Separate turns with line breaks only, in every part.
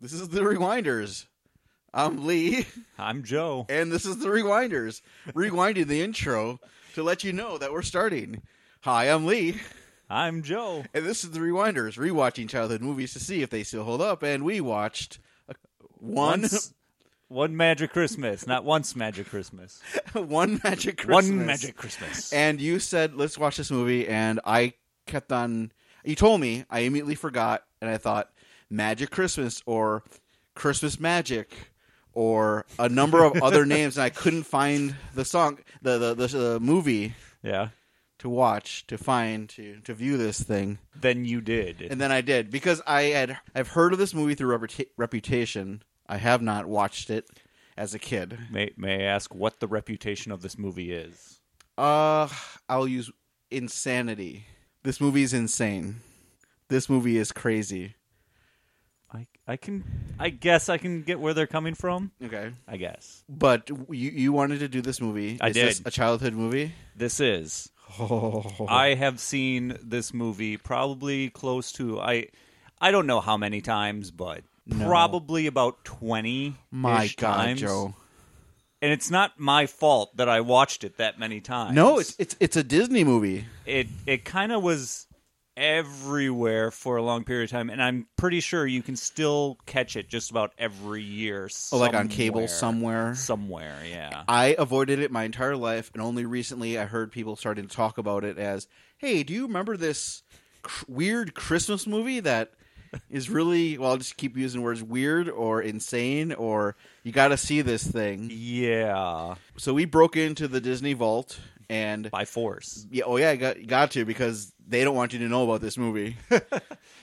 This is the Rewinders. I'm Lee,
I'm Joe.
and this is the Rewinders. Rewinding the intro to let you know that we're starting. Hi, I'm Lee,
I'm Joe.
and this is the Rewinders, rewatching childhood movies to see if they still hold up. And we watched uh, one
Once- one magic Christmas, not once magic Christmas.
one magic Christmas.
One magic Christmas.
And you said, "Let's watch this movie," and I kept on. You told me I immediately forgot, and I thought Magic Christmas or Christmas Magic or a number of other names, and I couldn't find the song, the the, the the movie
yeah.
to watch, to find, to to view this thing.
Then you did.
And then I did because I had I've heard of this movie through reputa- reputation. I have not watched it as a kid.
may may I ask what the reputation of this movie is?
Uh, I'll use insanity. This movie is insane. This movie is crazy.
I I can I guess I can get where they're coming from.
Okay,
I guess
but you you wanted to do this movie.
I
is This
did.
a childhood movie.
this is.
Oh,
I have seen this movie probably close to I I don't know how many times, but probably about twenty.
my God,
times.
Joe.
And it's not my fault that I watched it that many times.
No, it's it's it's a Disney movie.
it it kind of was everywhere for a long period of time and i'm pretty sure you can still catch it just about every year
Oh, like on cable somewhere.
somewhere yeah
I avoided it my entire life, and only recently I heard people starting to talk about it as, "Hey, do you remember this cr- weird Christmas movie that is really well?" I'll just keep using words weird or insane or you got to see this thing.
yeah
So we broke into the Disney vault, and
by force
yeah, oh yeah, I got got to because they don't want you to know about this movie.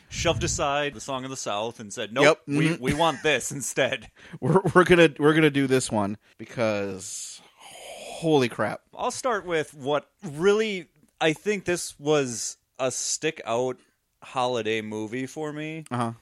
shoved aside the song of the south and said nope
Yep,
we,
mhm.
we want this instead
we're we're gonna we're gonna do this one because holy crap!
I'll start with what really I think this was a stick out holiday movie for me.
Uh-huh.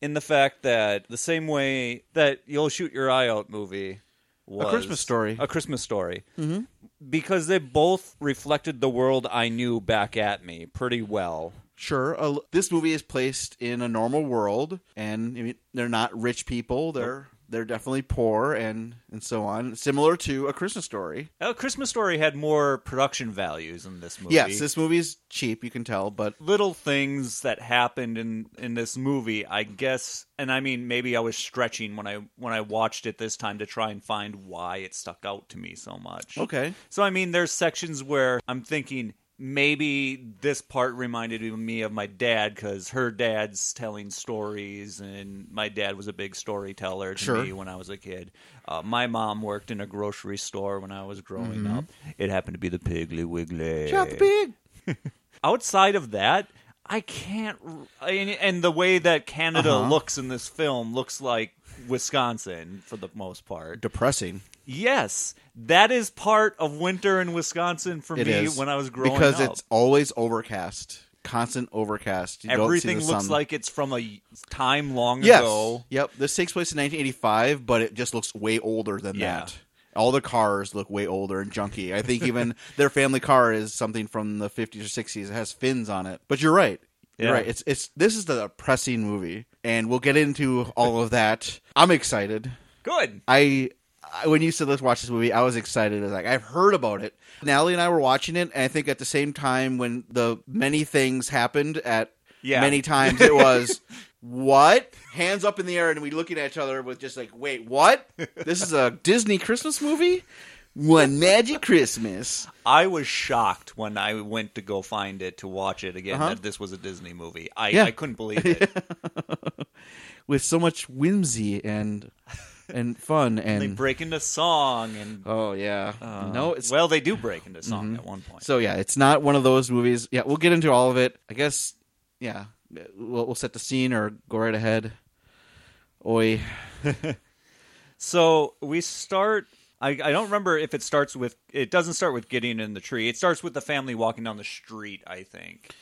In the fact that the same way that you'll shoot your eye out movie was
Christmas Story.
A Christmas story. Mm-hmm. Because they both reflected the world I knew back at me pretty well.
Sure. A, this movie is placed in a normal world, and I mean, they're not rich people. They're they're definitely poor, and and so on. Similar to a Christmas story.
A Christmas story had more production values in this movie.
Yes, this movie's cheap. You can tell, but
little things that happened in in this movie i guess and i mean maybe i was stretching when i when i watched it this time to try and find why it stuck out to me so much
okay.
so i mean there's sections where i'm thinking maybe this part reminded me of my dad because her dad's telling stories and my dad was a big storyteller to
Sure.
me when i was a kid uh, my mom worked in a grocery store when i was growing up it happened to be the piggly wiggly
Shot Mm-hmm. the pig.
outside of that, I can't. r- And, and the way that Canada
Uh-huh.
looks in this film looks like Wisconsin for the most part.
Depressing.
Yes, that is part of winter in Wisconsin for
It is
me when I was growing
because
up.
it's always overcast, constant overcast. You don't see
Everything
the
looks
sun.
like it's from a y- time long
yes.
ago.
Yep. This takes place in 1985, but it just looks way older than
Yeah.
that. All the cars look way older and junky. I think even their family car is something from the 50s or 60s. It has fins on it. But you're right. You're
Yeah.
right. It's it's this is the depressing movie, and we'll get into all of that. I'm excited.
Good.
I, I when you said let's watch this movie, I was excited. I was like, I've heard about it. Natalie and I were watching it, and I think at the same time when the many things happened at
Yeah.
many times, it was what hands up in the air, and we looking at each other with just like, wait, what? This is a Disney Christmas movie. One magic Christmas.
I was shocked when I went to go find it to watch it again that this was a Disney movie. I,
Uh-huh. Yeah.
I couldn't believe it.
with so much whimsy and and fun
they
and
break into song and
oh yeah
uh,
no it's Mm-hmm.
well they do break into song at one point.
So yeah, it's not one of those movies. Yeah, we'll get into all of it. I guess. Yeah, we'll, we'll set the scene or go right ahead. Oi,
So we start. I, I don't remember if it starts with. It doesn't start with getting in the tree. It starts with the family walking down the street. I think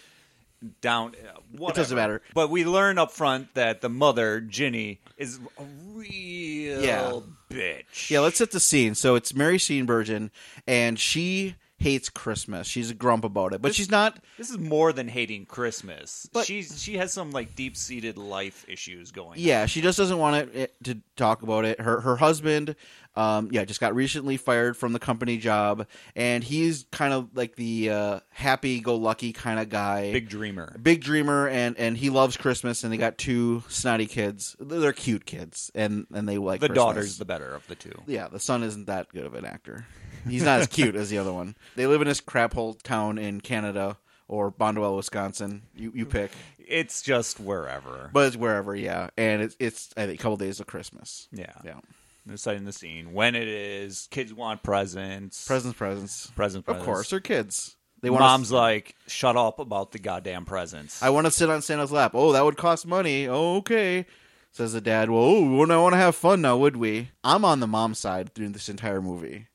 down. uh, Whatever.
doesn't matter.
But we learn up front that the mother Ginny is a real
Yeah.
bitch.
yeah, let's set the scene. So it's Mary Steenburgen, and she hates Christmas. She's a grump about it, but she's not.
This is more than hating Christmas.
But-
She's she has some like deep seated life issues going. on.
Yeah, she just doesn't want it, it to talk about it. Her her husband, um, yeah, just got recently fired from the company job, and he's kind of like the uh, happy go lucky kind of guy,
big dreamer.
big dreamer, and and he loves Christmas. And they got two snotty kids. They're cute kids, and and they like
The
Christmas.
daughter's the better of the two.
Yeah, the son isn't that good of an actor. He's not as cute as the other one. They live in this crap hole town in Canada or Bondwell, Wisconsin. You you pick,
It's just wherever.
but it's wherever. Yeah, and it's it's I think a couple days of Christmas.
yeah.
Yeah,
They're setting the scene. When it is, kids want presents.
presents, presents,
Presents.
Of
presents.
course, they're kids. They want
Mom's
To,
like, shut up about the goddamn presents.
I want to sit on Santa's lap. Oh, that would cost money. Oh, okay. Says the dad. Well, oh, wouldn't I want to have fun now, would we? I'm on the mom side through this entire movie.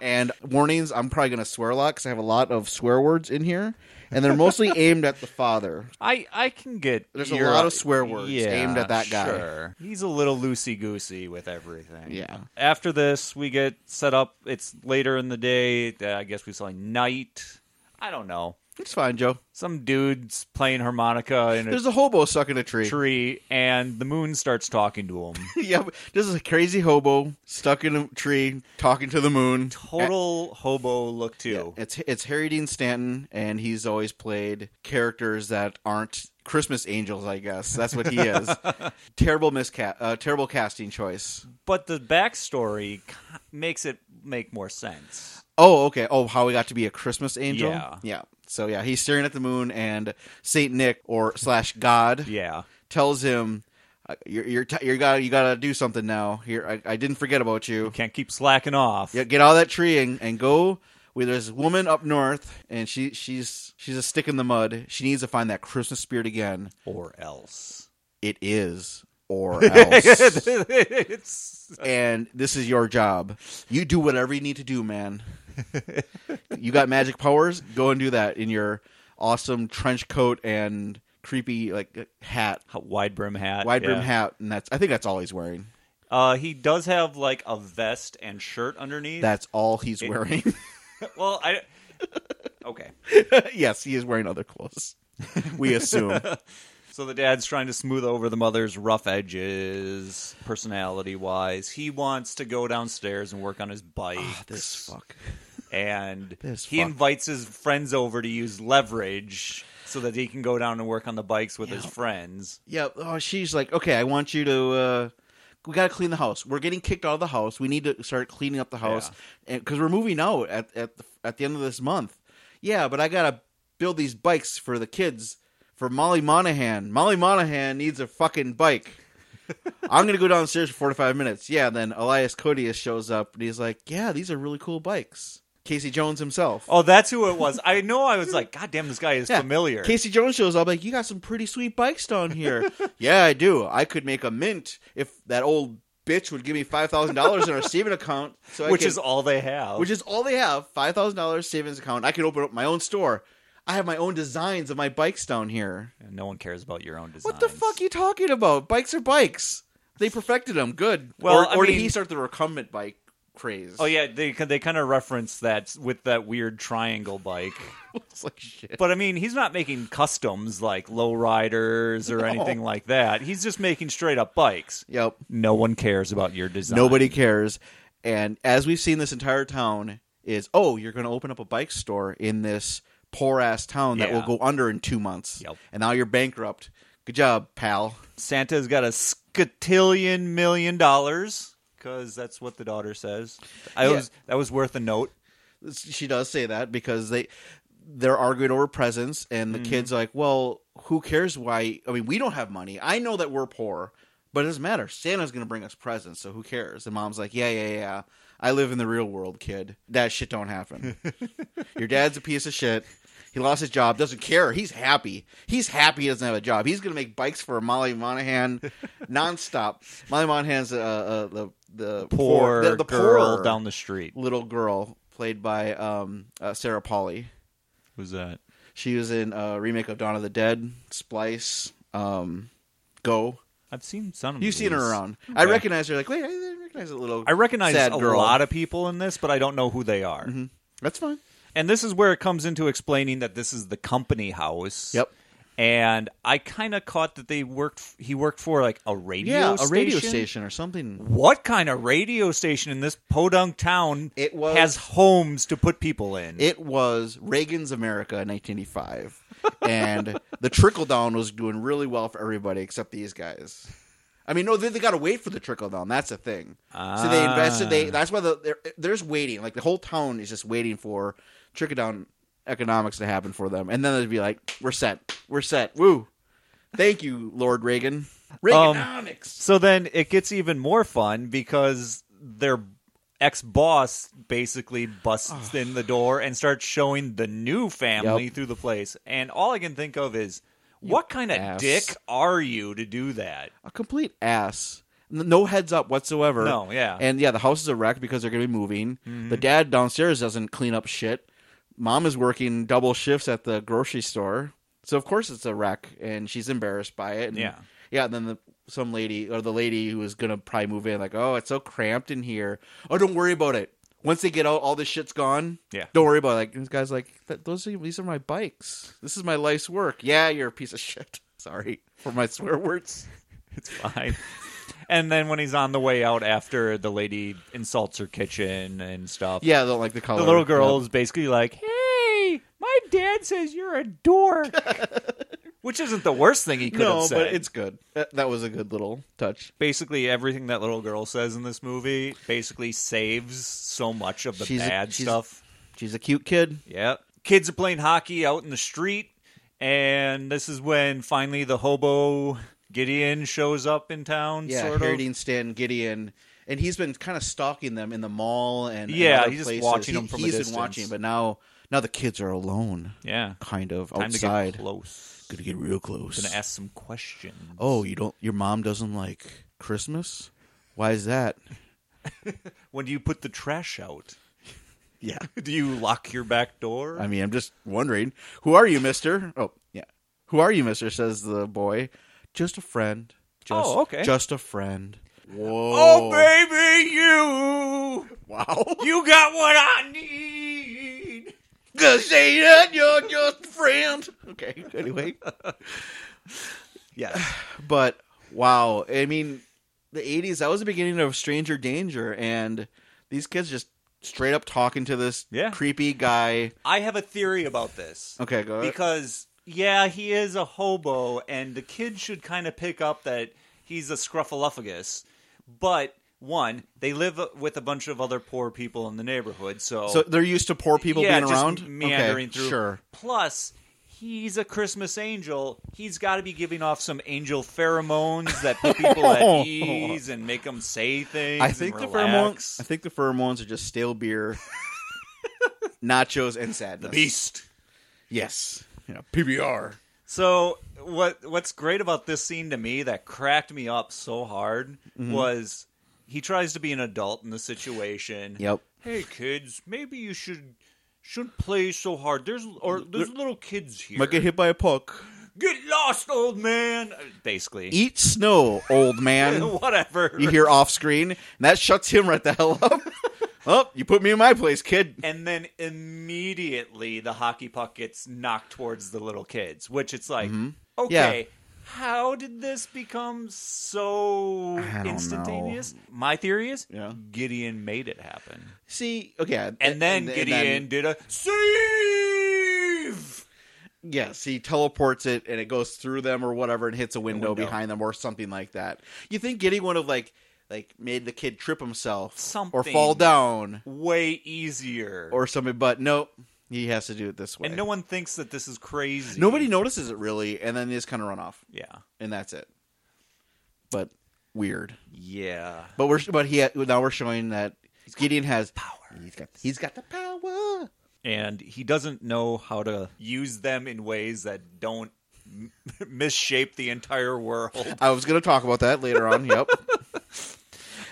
and warnings i'm probably going to swear a lot because i have a lot of swear words in here and they're mostly aimed at the father
I, I can get.
There's a
your-
lot of swear words
Yeah,
aimed at that guy.
Sure. He's a little loosey goosey with everything.
Yeah.
After this, we get set up. It's later in the day. Uh, I guess we saw night. I don't know.
it's fine joe
Some dude's playing harmonica in a
there's a hobo stuck in a tree
tree, and the moon starts talking to him.
yeah this is a crazy hobo stuck in a tree talking to the moon
Total hobo look too.
It's it's Harry Dean Stanton, and he's always played characters that aren't Christmas angels. I guess that's what he is. terrible miscast, uh, terrible casting choice.
But the backstory ki- makes it make more sense.
Oh, okay. Oh, how he got to be a Christmas angel.
Yeah.
So yeah, he's staring at the moon, and Saint Nick or slash God
Yeah.
tells him, uh, "You're you're t- you got you got to do something now. Here, I, I didn't forget about you.
Can't keep slacking off.
Yeah, get out of that tree and, and go." Where there's a woman up north, and she she's she's a stick in the mud. She needs to find that Christmas spirit again.
Or else.
it is or else.
it's
and this is your job. You do whatever you need to do, man. you got magic powers? Go and do that in your awesome trench coat and creepy like hat,
a wide brim hat.
wide brim
yeah.
hat, and that's I think that's all he's wearing.
Uh, he does have like a vest and shirt underneath.
That's all he's wearing.
well, I. Okay.
yes, he is wearing other clothes. We assume.
So the dad's trying to smooth over the mother's rough edges, personality wise. He wants to go downstairs and work on his bike.
Ah, this fuck.
and
This
he
fuck.
invites his friends over to use leverage so that he can go down and work on the bikes with his friends.
Yeah. Oh, she's like, okay, I want you to. Uh, we got to clean the house. We're getting kicked out of the house. We need to start cleaning up the house because we're moving out at at the, at the end of this month. Yeah, but I gotta build these bikes for the kids for Molly Monahan. Molly Monahan needs a fucking bike. I'm gonna go downstairs for 45 minutes. Yeah, then Elias Codius shows up and he's like, "Yeah, these are really cool bikes." Casey Jones himself.
Oh, that's who it was. I know. I was like, God damn, this guy is
Yeah.
familiar.
Casey Jones shows up like, you got some pretty sweet bikes down here. yeah, I do. I could make a mint if that old bitch would give me five thousand dollars in our savings account. So I
which
could-
is all they have.
which is all they have five thousand dollars savings account. I could open up my own store. I have my own designs of my bikes down here.
And no one cares about your own designs.
What the fuck are you talking about? Bikes are bikes. They perfected them. Good.
Well,
or,
I
or did
mean-
he start the recumbent bike craze?
Oh yeah, they they kind of reference that with that weird triangle bike.
it's like shit.
But I mean, he's not making customs like lowriders or anything like that. He's just making straight up bikes.
Yep.
No one cares about your design.
Nobody cares. And as we've seen, this entire town is oh, you're going to open up a bike store in this poor ass town that
Yeah.
will go under in two months.
Yep.
And now you're bankrupt. Good job, pal.
Santa's got a scatillion million dollars because that's what the daughter says. I
Yeah.
was that was worth a note.
She does say that because they they're arguing over presents, and the
Mm-hmm.
kids are like, well, who cares why? I mean, we don't have money. I know that we're poor, but it doesn't matter. Santa's going to bring us presents, so who cares? And mom's like, yeah, yeah, yeah. I live in the real world, kid. That shit don't happen. Your dad's a piece of shit. He lost his job. Doesn't care. He's happy. He's happy. He doesn't have a job. He's going to make bikes for Molly Monahan nonstop. Molly Monahan's uh, uh, the the
Poor
the, the
girl
poor
down the street.
little girl played by um, uh, Sarah Pauly.
Who's that?
She was in a remake of Dawn of the Dead, Splice, um, Go.
I've seen some. of
You've seen her
these.
around. I
Okay.
recognize her. Like, wait, I recognize that little.
I recognize
sad
a
girl. Mm-hmm.
lot of people in this, but I don't know who they are.
That's fine.
And this is where it comes into explaining that this is the company house.
Yep.
And I kind of caught that they worked. He worked for like a radio.
Yeah, a
station.
radio station or something.
What kind of radio station in this podunk town
It was-
has homes to put people in?
It was Reagan's America in 1985, and the trickle down was doing really well for everybody except these guys. I mean, no, they, they got to wait for the trickle down. That's the thing. So they invested. They that's why the they're, they're just waiting. Like the whole town is just waiting for trickle down economics to happen for them, and then they'd be like, "We're set. We're set. Woo! Thank you, Lord Reagan. Reaganomics.
So then it gets even more fun because their ex boss basically busts in the door and starts showing the new family
Yep.
through the place. And all I can think of is, what kind of
ass.
dick are you to do that?
a complete ass." N- No heads up whatsoever.
No, yeah.
Er. And yeah, the house is a wreck because they're going to be moving.
Mm-hmm.
The dad downstairs doesn't clean up shit. Mom is working double shifts at the grocery store. So of course it's a wreck and she's embarrassed by it. And
Yeah.
Yeah, and then the some lady or the lady who is going to probably move in like, "Oh, it's so cramped in here. Oh, don't worry about it. Once they get out all this shit's gone."
Yeah.
Don't worry about it. Like this guy's like, "Th- "Those are these are my bikes. This is my life's work." Yeah, you're a piece of shit. Sorry for my swear words.
It's fine. and then when he's on the way out after the lady insults her kitchen and stuff,
Yeah, I don't like the color.
the little
Yep.
girl is basically like, "Hey, my dad says you're a dork," which isn't the worst thing he could
No,
have said.
but it's good. That, that was a good little touch.
basically everything that little girl says in this movie basically saves so much of the
She's a-
bad
she's-
stuff.
She's a cute kid.
Yeah. Kids are playing hockey out in the street, and this is when finally the hobo Gideon shows up in town,
Yeah,
sort of.
Harry Stan Gideon, and he's been kind of stalking them in the mall and and
Yeah,
other
he's just
places.
watching
He-
them from a
he's
distance.
been watching, but now now the kids are alone,
Yeah.
kind of
Time to
outside.
get close.
Gonna get real close.
Gonna ask some questions.
oh, you don't? Your mom doesn't like Christmas? Why is that?
When do you put the trash out?
Yeah,
Do you lock your back door?
I mean, I'm just wondering. Who are you, Mister? Oh, yeah. Who are you, Mister? Says the boy. Just a friend. Just,
Oh, okay.
Just a friend. Whoa.
oh, baby, you!
Wow.
You got what I need!
Cause say that you're just a friend. Okay. Anyway,
Yeah.
but wow, I mean, the '80s. That was the beginning of Stranger Danger, and these kids just straight up talking to this
Yeah.
creepy guy.
I have a theory about this.
Okay, go. ahead.
Because yeah, he is a hobo, and the kid should kind of pick up that he's a scruffaluffagus. But one, they live with a bunch of other poor people in the neighborhood, so,
so they're used to poor people
yeah,
being
just
around,
meandering
okay,
through.
Sure.
Plus, he's a Christmas angel. He's got to be giving off some angel pheromones that put people at ease and make them say things.
I
and
think the
relax.
pheromones. I think the pheromones are just stale beer, nachos, and sadness.
the beast.
Yes. You know, PBR.
So what what's great about this scene to me that cracked me up so hard was he tries to be an adult in the situation.
Yep.
Hey kids, maybe you should shouldn't play so hard. There's or there's little kids here.
Might get hit by a puck.
Get lost, old man. Uh, Basically,
Eat snow, old man.
whatever.
you hear off screen, and that shuts him right the hell up. oh, you put me in my place, kid.
and then immediately the hockey puck gets knocked towards the little kids, which it's like,
Mm-hmm.
okay, how did this become so
don't know.
instantaneous? My theory is
Yeah.
Gideon made it happen.
See, okay,
And then
and
Gideon did a save.
yes, he teleports it, and it goes through them or whatever, and hits a window,
window.
behind them or something like that. You think Gideon would have like like made the kid trip himself or
Something.
fall down
Way easier.
or something? But nope, he has to do it this way.
and no one thinks that this is crazy.
Nobody notices it really, and then they just kind of run off,
Yeah.
and that's it. But weird.
Yeah.
But we're but he now we're showing that Gideon has
Power.
He's got he's got the power.
and he doesn't know how to use them in ways that don't m- misshape the entire world.
I was going to talk about that later on. Yep.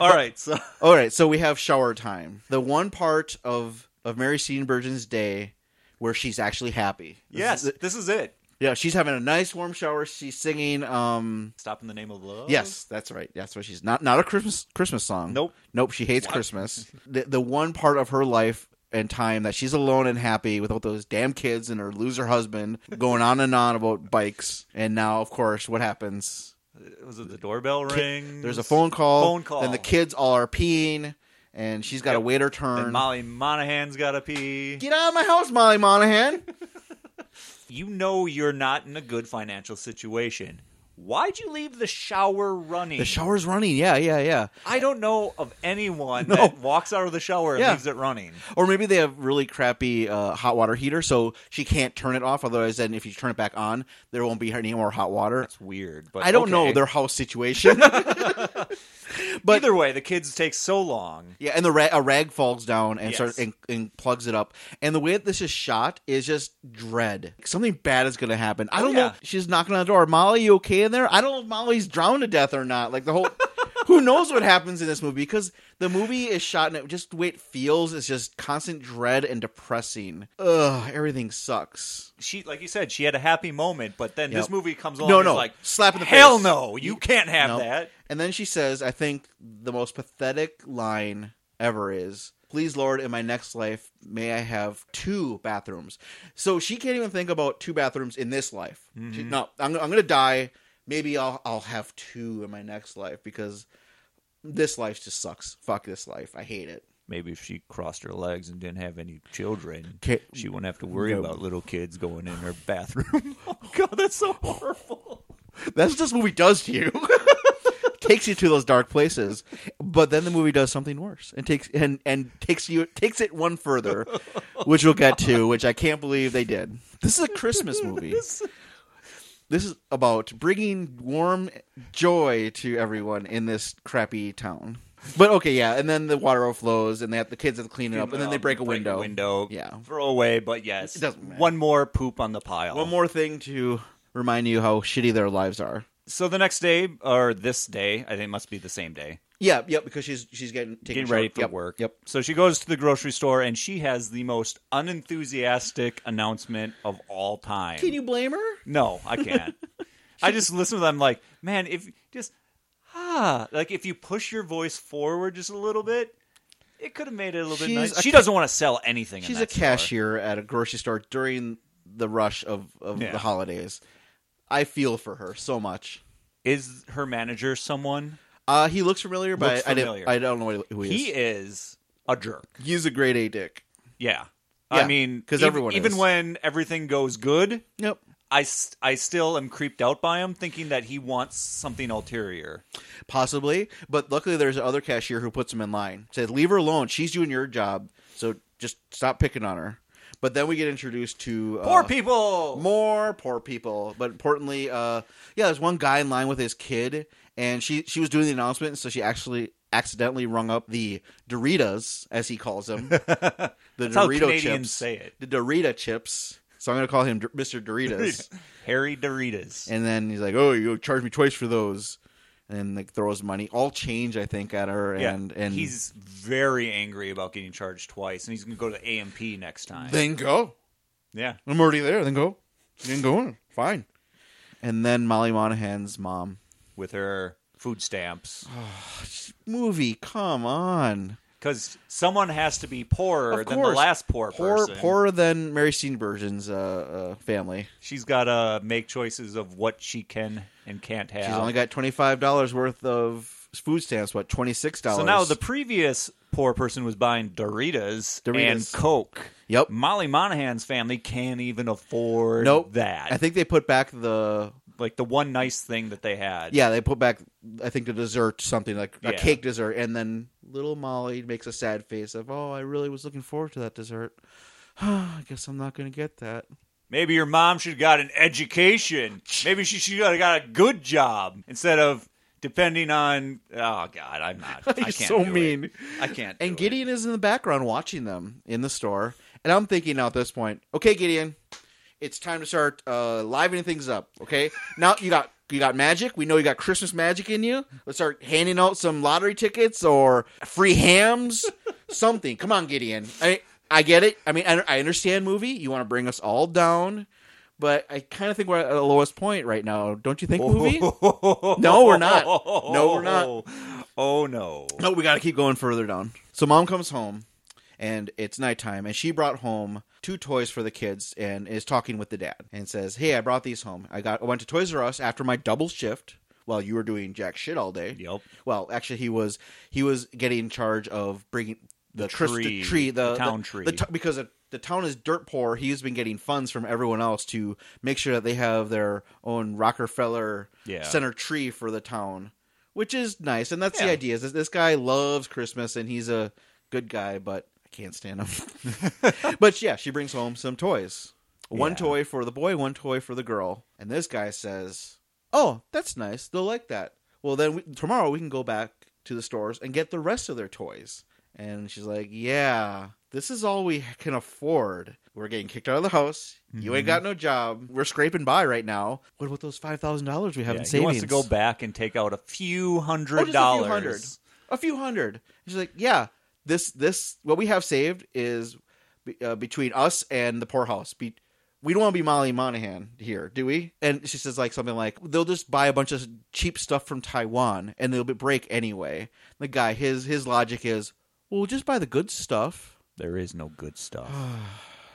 All right, so
All right, so we have shower time. The one part of of Mary Steenburgen's day where she's actually happy. This
yes,
is-
this is it.
yeah, she's having a nice warm shower. She's singing um
Stop in the name of love.
Yes, that's right. That's what she's not not a Christmas Christmas song.
Nope.
Nope, she hates Christmas. The the one part of her life and time that she's alone and happy without those damn kids and her loser husband going on and on about bikes. And now, of course, what happens?
Was it the doorbell ring?
There's a phone call.
Mm. Phone call.
Then the kids all are peeing, and she's got to
Yep.
wait her
And
turn.
Molly Monahan's got to pee.
Get out of my house, Molly Monahan.
You know you're not in a good financial situation. Why'd you leave the shower running?
the shower's running. Yeah, yeah, yeah.
I don't know of anyone
No.
that walks out of the shower and
Yeah.
leaves it running.
Or maybe they have really crappy uh, hot water heater, so she can't turn it off. Otherwise, then if you turn it back on, there won't be any more hot water.
It's weird, but
I don't know
okay.
their house situation. but-
Either way, the kids take so long.
yeah, and the ra- a rag falls down and
Yes.
starts and, and plugs it up. And the way that this is shot is just dread. Something bad is going to happen. I
Oh,
don't know.
yeah.
She's knocking on the door. Molly, you okay in there? I don't know if Molly's drowned to death or not. Like the whole. Who knows what happens in this movie? Because the movie is shot and it just the way it feels is just constant dread and depressing. Ugh, everything sucks.
She, like you said, she had a happy moment, but then
Yep.
this movie comes along.
No,
and
no,
is like
slap in the
hell
face.
no, you can't have
Nope.
that.
And then she says, I think the most pathetic line ever is, Please, Lord, in my next life, may I have two bathrooms. So she can't even think about two bathrooms in this life. She,
Mm-hmm.
no, I'm, I'm going to die. Maybe I'll, I'll have two in my next life because this life just sucks. Fuck this life. I hate it.
Maybe if she crossed her legs and didn't have any children,
Ca-
she wouldn't have to worry
No.
about little kids going in her bathroom. oh God, that's so horrible.
That's what this movie does to you. takes you to those dark places, but then the movie does something worse and takes and and takes you takes it one further, which we'll get to. Which I can't believe they did. This is a Christmas movie.
This-
This is about bringing warm joy to everyone in this crappy town. But okay, yeah, and then the water overflows, and they have the kids have to clean it up, and then they break a window.
window,
Yeah.
throw away. But yes,
It doesn't matter.
One more poop on the pile.
One more thing to remind you how shitty their lives are.
So the next day, or this day, I think it must be the same day.
Yeah, yep, because she's she's getting taken
Getting ready
short-
for
yep,
work.
Yep.
So she goes to the grocery store and she has the most unenthusiastic announcement of all time.
Can you blame her?
No, I can't. I just listen to them like, man, if just ah, like if you push your voice forward just a little bit, it could have made it a little bit
She's
nice.
a
She
ca-
doesn't want to sell anything. in
She's a
that store.
cashier at a grocery store during the rush of, of
Yeah.
the holidays. I feel for her so much.
Is her manager someone?
Uh, he looks familiar, but
Looks
I, I didn't-
familiar.
I don't know what- who he,
He
is.
is a jerk.
He's a grade A dick.
Yeah.
Yeah,
I mean,
'cause
ev-
everyone
even
is.
when everything goes good,
Yep.
I, s- I still am creeped out by him, thinking that he wants something ulterior.
Possibly, but luckily there's another cashier who puts him in line. Says, "Leave her alone. She's doing your job, so just stop picking on her." But then we get introduced to uh,
Poor people.
more poor people. But importantly, uh, yeah, there's one guy in line with his kid, and she she was doing the announcement, so she actually accidentally rung up the Doritas, as he calls them, the
how
Dorito
Canadians
chips,
say it.
the Dorita chips. So I'm gonna call him Dor- Mr. Doritas,
Harry Doritas.
and then he's like, "Oh, you charge me twice for those." And like throws money, all change, I think, at her, and and
he's very angry about getting charged twice, and he's going to go to the AMP next time.
then go.
yeah,
I'm already there. Then go. Then go on. Fine. And then Molly Monahan's mom
with her food stamps,
movie. Come on.
because someone has to be poorer
Of
than the
course.
last poor,
Poor,
person.
poorer than Mary Steenburgen's uh, uh, family.
She's got to make choices of what she can and can't have.
She's only got twenty five dollars worth of food stamps. What twenty six dollars?
So now the previous poor person was buying Doritos, and
Doritos.
Coke.
Yep.
Molly Monahan's family can't even afford
nope
that.
I think they put back the
like the one nice thing that they had.
yeah they put back I think the dessert something like a
Yeah.
cake dessert and then little Molly makes a sad face of oh I really was looking forward to that dessert. I guess I'm not going to get that.
Maybe your mom should have got an education. Maybe she should have got a good job instead of depending on. Oh God, I'm not. I
You're
can't.
so
do it.
mean.
I can't.
And
do it.
Gideon is in the background watching them in the store. And I'm thinking now at this point, okay, Gideon, it's time to start uh, livening things up. Okay, now you got you got magic. We know you got Christmas magic in you. Let's start handing out some lottery tickets or free hams, something. Come on, Gideon. I I get it. I mean, I, I understand movie. You want to bring us all down. But I kind of think we're at the lowest point right now, don't you think, movie? No, we're not. No, we're not.
Oh no.
No, we got to keep going further down. So mom comes home, and it's nighttime and she brought home two toys for the kids and is talking with the dad and says hey i brought these home i got i went to toys r us after my double shift while you were doing jack shit all day
Yep.
well actually he was he was getting in charge of bringing the, Christ- the
tree,
tree the,
the town tree.
the to- because the- the town is dirt poor he's been getting funds from everyone else to make sure that they have their own rockefeller
Yeah.
center tree for the town which is nice and that's the
Yeah.
idea is that this guy loves christmas and he's a good guy but i can't stand him but yeah she brings home some toys one
Yeah.
toy for the boy one toy for the girl and this guy says oh that's nice they'll like that well then we, tomorrow we can go back to the stores and get the rest of their toys and she's like yeah this is all we can afford we're getting kicked out of the house you
Mm-hmm.
ain't got no job we're scraping by right now what about those $5000 we have
Yeah,
in savings
he wants to go back and take out a few hundred
Oh, just
dollars.
A few hundred. A few hundred. And she's like, yeah, this this what we have saved is be- uh, between us and the poorhouse. Be- we don't want to be Molly Monahan here, do we? And she says like something like, they'll just buy a bunch of cheap stuff from Taiwan and they'll be break anyway. The guy, his his logic is, well, just buy the good stuff.
There is no good stuff.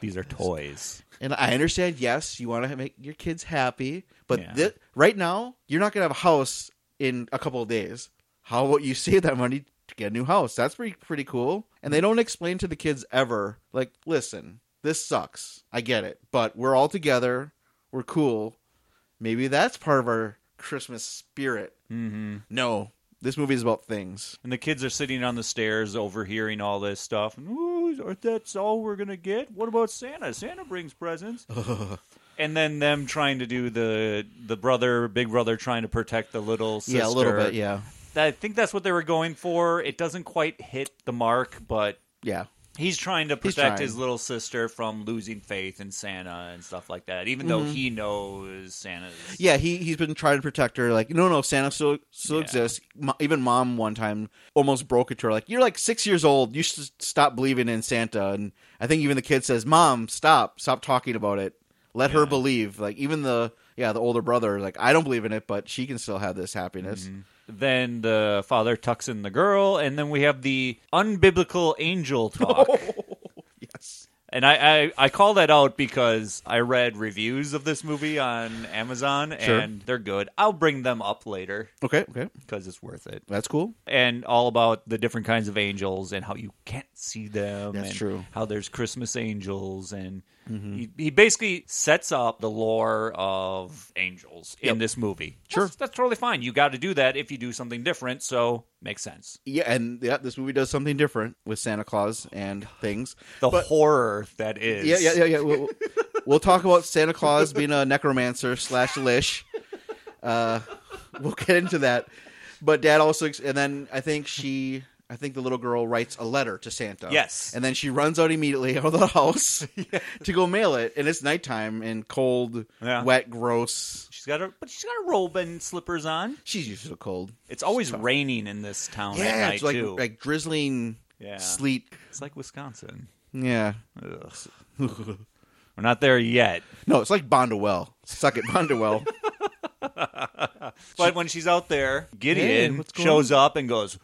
These are toys.
And I understand, yes, you want to make your kids happy, but
Yeah.
thi- right now you're not gonna have a house in a couple of days. How about you save that money to get a new house? That's pretty pretty cool. And they don't explain to the kids ever, like, listen, this sucks. I get it, but we're all together. We're cool. Maybe that's part of our Christmas spirit.
Mm-hmm.
No, this movie is about things.
And the kids are sitting on the stairs overhearing all this stuff. And, Ooh, are- that's all we're going to get? What about Santa? Santa brings presents. and then them trying to do the the brother, big brother trying to protect the little sister.
Yeah, a little bit. Yeah,
I think that's what they were going for. It doesn't quite hit the mark, but
yeah.
he's trying to
He's
protect his
trying.
little sister from losing faith in Santa and stuff like that, even though
Mm-hmm.
he knows Santa's.
Yeah, he he's been trying to protect her. Like, no, no, Santa still still
Yeah.
exists. Mo- even mom one time almost broke it to her. Like, you're like six years old. You should stop believing in Santa. And I think even the kid says, "Mom, stop, stop talking about it. Let her
Yeah.
believe." Like, even the yeah, the older brother, like, I don't believe in it, but she can still have this happiness.
Mm-hmm. Then the father tucks in the girl, and then we have the unbiblical angel talk.
Yes.
And I, I, I call that out because I read reviews of this movie on Amazon,
Sure.
and they're good. I'll bring them up later
Okay. Okay.
because it's worth it.
That's cool.
and all about the different kinds of angels and how you can't see them.
That's
and
true. Mm-hmm.
How there's Christmas angels, and he, he basically sets up the lore of angels in
Yep.
this movie.
Sure.
that's, that's totally fine. You got to do that if you do something different. So makes sense.
Yeah, and yeah, this movie does something different with Santa Claus and things.
The
But-
horror that is.
Yeah, yeah, yeah, yeah. We'll, we'll talk about Santa Claus being a necromancer slash lish. Uh, we'll get into that. But Dad also, ex- and then I think she, I think the little girl writes a letter to Santa.
Yes.
and then she runs out immediately out of the house to go mail it, and it's nighttime and cold,
Yeah.
wet, gross.
She's got her, but she's got a robe and slippers on.
She's used to the cold.
It's always raining in this town at
Yeah,
night
it's like
too.
like drizzling
Yeah.
sleet.
it's like Wisconsin.
Yeah,
Ugh. We're not there yet.
no, it's like Bondwell. Suck it, Bondwell.
But when she's out there, Gideon
Hey, what's going
shows up and goes,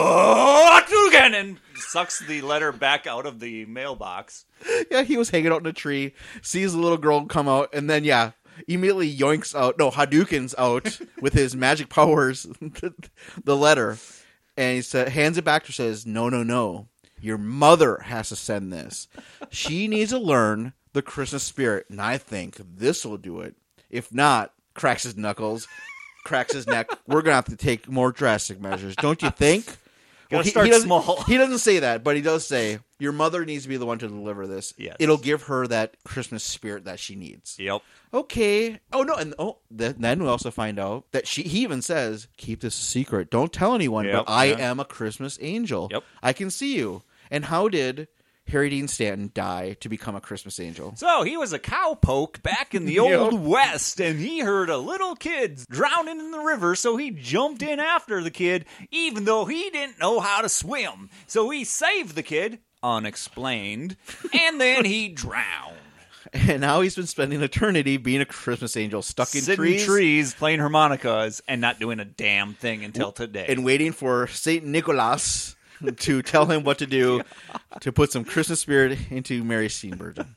Hutugan, and sucks the letter back out of the mailbox.
yeah, he was hanging out in a tree, sees the little girl come out, and then yeah, immediately yoinks out. No, Hadouken's out with his magic powers. the, the letter, and he sa- hands it back to her. Says, "No, no, no. Your mother has to send this. She needs to learn the Christmas spirit, and I think this will do it. If not, cracks his knuckles." Cracks his neck. We're gonna have to take more drastic measures, don't you think?
Gotta start
doesn't-
small.
he doesn't say that, but he does say your mother needs to be the one to deliver this.
Yes.
It'll give her that Christmas spirit that she needs.
Yep.
Okay. Oh no, and oh, th- then we also find out that she. He even says, "Keep this a secret. Don't tell anyone."
Yep,
but I
yeah.
am a Christmas angel.
Yep.
I can see you. And how did Harry Dean Stanton die to become a Christmas angel?
So he was a cowpoke back in the
Yep.
old West, and he heard a little kid drowning in the river, so he jumped in after the kid, even though he didn't know how to swim. So he saved the kid, unexplained, and then he drowned.
And now he's been spending eternity being a Christmas angel, stuck in
Sitting
trees,
trees playing harmonicas and not doing a damn thing until today.
and waiting for Saint Nicholas to tell him what to do to put some Christmas spirit into Mary Steenburgen.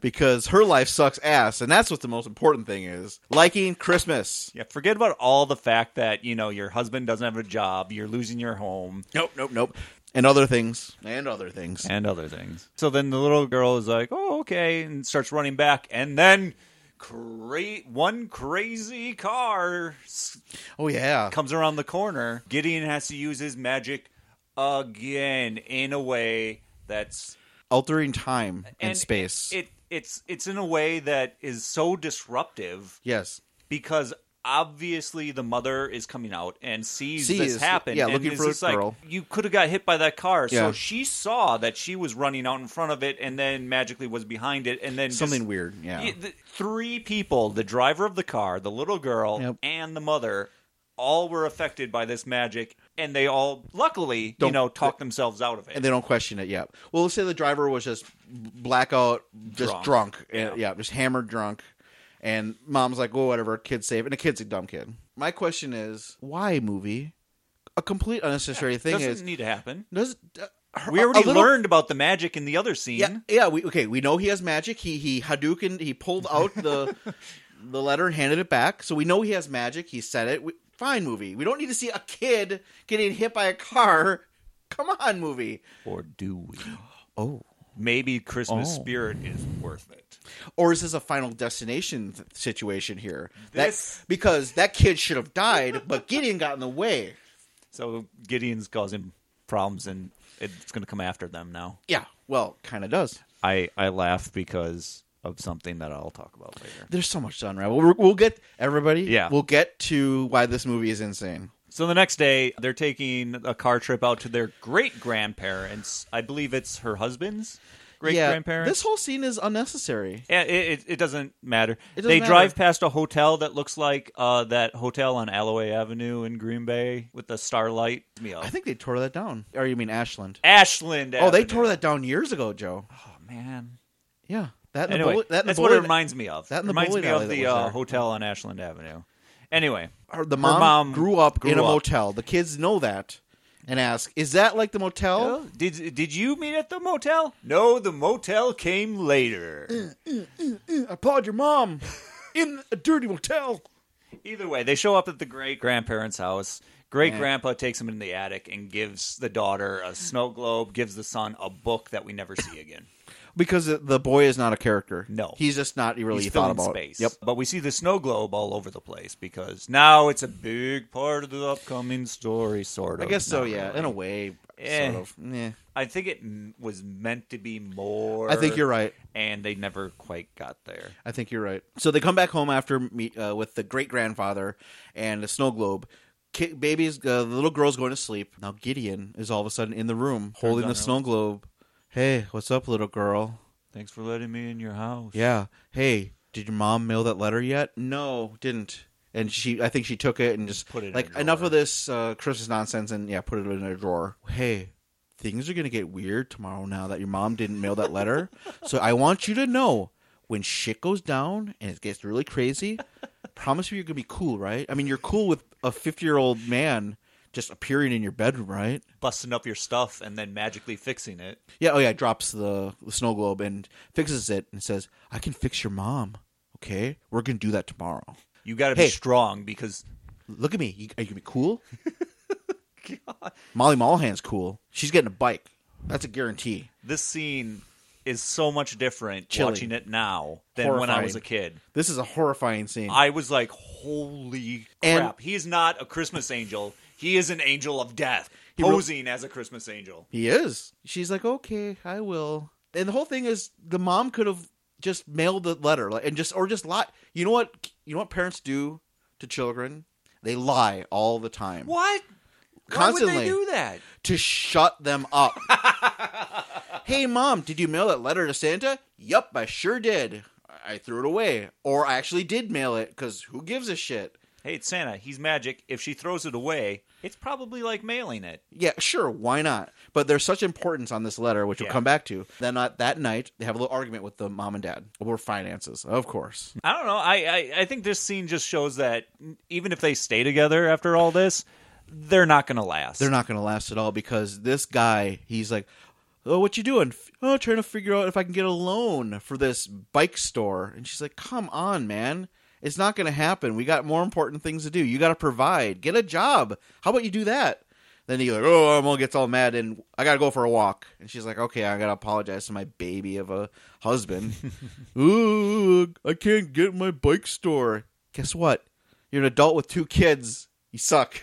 Because her life sucks ass, and that's what the most important thing is. Liking Christmas.
Yeah, forget about all the fact that, you know, your husband doesn't have a job, you're losing your home,
Nope, nope, nope. And other things. And other things.
and other things. So then the little girl is like, oh, okay, and starts running back. And then cra- one crazy car s-
Oh yeah.
comes around the corner. Gideon has to use his magic again in a way that's
Altering time and, space.
It it's it's in a way that is so disruptive
yes.
because obviously the mother is coming out and sees,
Sees,
this happen.
yeah,
and
looking
is
for a
just like,
girl.
You could have got hit by that car,
Yeah.
so she saw that she was running out in front of it, and then magically was behind it, and then just-
Something weird. Yeah.
Y- the- three people: the driver of the car, the little girl,
Yep.
and the mother. All were affected by this magic, and they all, luckily,
Don't-
you know, talk themselves out of it.
and they don't question it yet. Well, let's say the driver was just blackout, just drunk,
Drunk.
And, yeah, just hammered drunk, and mom's like, "Well, whatever, kid's safe," and the kid's a dumb kid. My question is, why movie? A complete unnecessary thing
doesn't
is
need to happen.
does. Uh, her-
We
a- a
already
little-
learned about the magic in the other scene.
Yeah, yeah. We okay. We know he has magic. He he Hadouken. He pulled out the the letter and handed it back. So we know he has magic. He said it. We, fine movie. We don't need to see a kid getting hit by a car. Come on, movie.
Or do we?
Oh.
Maybe Christmas
Oh.
spirit is worth it.
or is this a final destination th- situation here?
This-
That, because that kid should have died, but Gideon got in the way.
So Gideon's causing problems, and it's going to come after them now.
Yeah, well, kind of does.
I I laugh because of something that I'll talk about later.
There's so much to unravel. We're, we'll get everybody.
Yeah.
we'll get to why this movie is insane.
So the next day, they're taking a car trip out to their great grandparents. I believe it's her husband's great
yeah,
grandparents.
This whole scene is unnecessary.
Yeah, it, it, it doesn't matter.
It doesn't
they
matter.
drive past a hotel that looks like uh, that hotel on Alloway Avenue in Green Bay with the starlight. Me up.
I think they tore that down. Or you mean Ashland?
Ashland.
Oh, they
Avenue.
tore that down years ago, Joe.
Oh man.
Yeah, that and
Anyway,
the bullet, that and
that's
the
what it
bullet,
reminds me of.
that and the
reminds
bowling
me
alley
of
that
the
was
uh,
there.
hotel on Ashland Avenue. Anyway,
her- the mom,
mom
grew up
grew
in a
up.
motel. The kids know that and ask, "Is that like the motel?"
Oh, did did you meet at the motel? No, the motel came
Mm.
later.
I pawed your mom in a dirty motel.
Either way, they show up at the great grandparents' house. Great grandpa takes them in the attic and gives the daughter a snow globe, gives the son a book that we never see again.
Because the- the boy is not a character.
No.
he's just not really
He's
thought
filling
about.
space.
Yep.
But we see the snow globe all over the place because now it's a big part of the upcoming story, sort
I
of.
guess so.
Not
Yeah,
really.
in a way,
Eh.
sort of. Yeah.
I think it m- was meant to be more.
I think you're right.
And they never quite got there.
I think you're right. So they come back home after me uh, with the great grandfather and the snow globe. Ki baby's uh, the little girl's going to sleep. Now Gideon is all of a sudden in the room holding
on
the
her.
snow globe. Hey, what's up, little girl?
Thanks for letting me in your house.
Yeah. Hey, did your mom mail that letter yet? No, didn't. And she, I think she took it and just
Put it in
like
a
enough
drawer.
of this uh, Christmas nonsense and yeah, put it in a drawer. Hey, things are gonna get weird tomorrow now that your mom didn't mail that letter. so I want you to know when shit goes down and it gets really crazy. promise me you're gonna be cool, right? I mean, you're cool with a fifty-year-old man just appearing in your bedroom, right?
Busting up your stuff and then magically fixing it.
Yeah, oh yeah, drops the, the snow globe and fixes it and says, "I can fix your mom." Okay, we're gonna do that tomorrow.
You got to be
Hey.
strong because
Look at me. You, are you gonna be cool? Molly Mullihan's cool. She's getting a bike. That's a guarantee.
this scene is so much different
Chilling.
watching it now than when I
Horrifying.
was a kid.
This is a horrifying scene.
I was like, holy
And-
crap. He is not a Christmas angel. He is an angel of death,
wrote-
posing as a Christmas angel.
he is. She's like, "Okay, I will." And the whole thing is, the mom could have just mailed the letter, like, and just or just lie. You know what? You know what parents do to children? They lie all the time.
What? Why
Constantly.
would they do that?
to shut them up. hey, mom, did you mail that letter to Santa? Yup, I sure did. I threw it away. Or I actually did mail it because who gives a shit?
Hey, it's Santa. He's magic. If she throws it away, it's probably like mailing it.
Yeah, sure, why not? But there's such importance on this letter, which we'll
Yeah.
come back to. Then uh, that night, they have a little argument with the mom and dad over finances, of course.
I don't know. I, I I think this scene just shows that even if they stay together after all this, they're not going to last.
they're not going to last at all because this guy, he's like, "Oh, what you doing? F- Oh, trying to figure out if I can get a loan for this bike store." And she's like, "Come on, man. It's not going to happen. We got more important things to do. You got to provide. Get a job. How about you do that?" Then he like, "Oh, I'm all gets all mad and I got to go for a walk." And she's like, "Okay, I got to apologize to my baby of a husband. Ooh, I can't get my bike store. Guess what? You're an adult with two kids. You suck."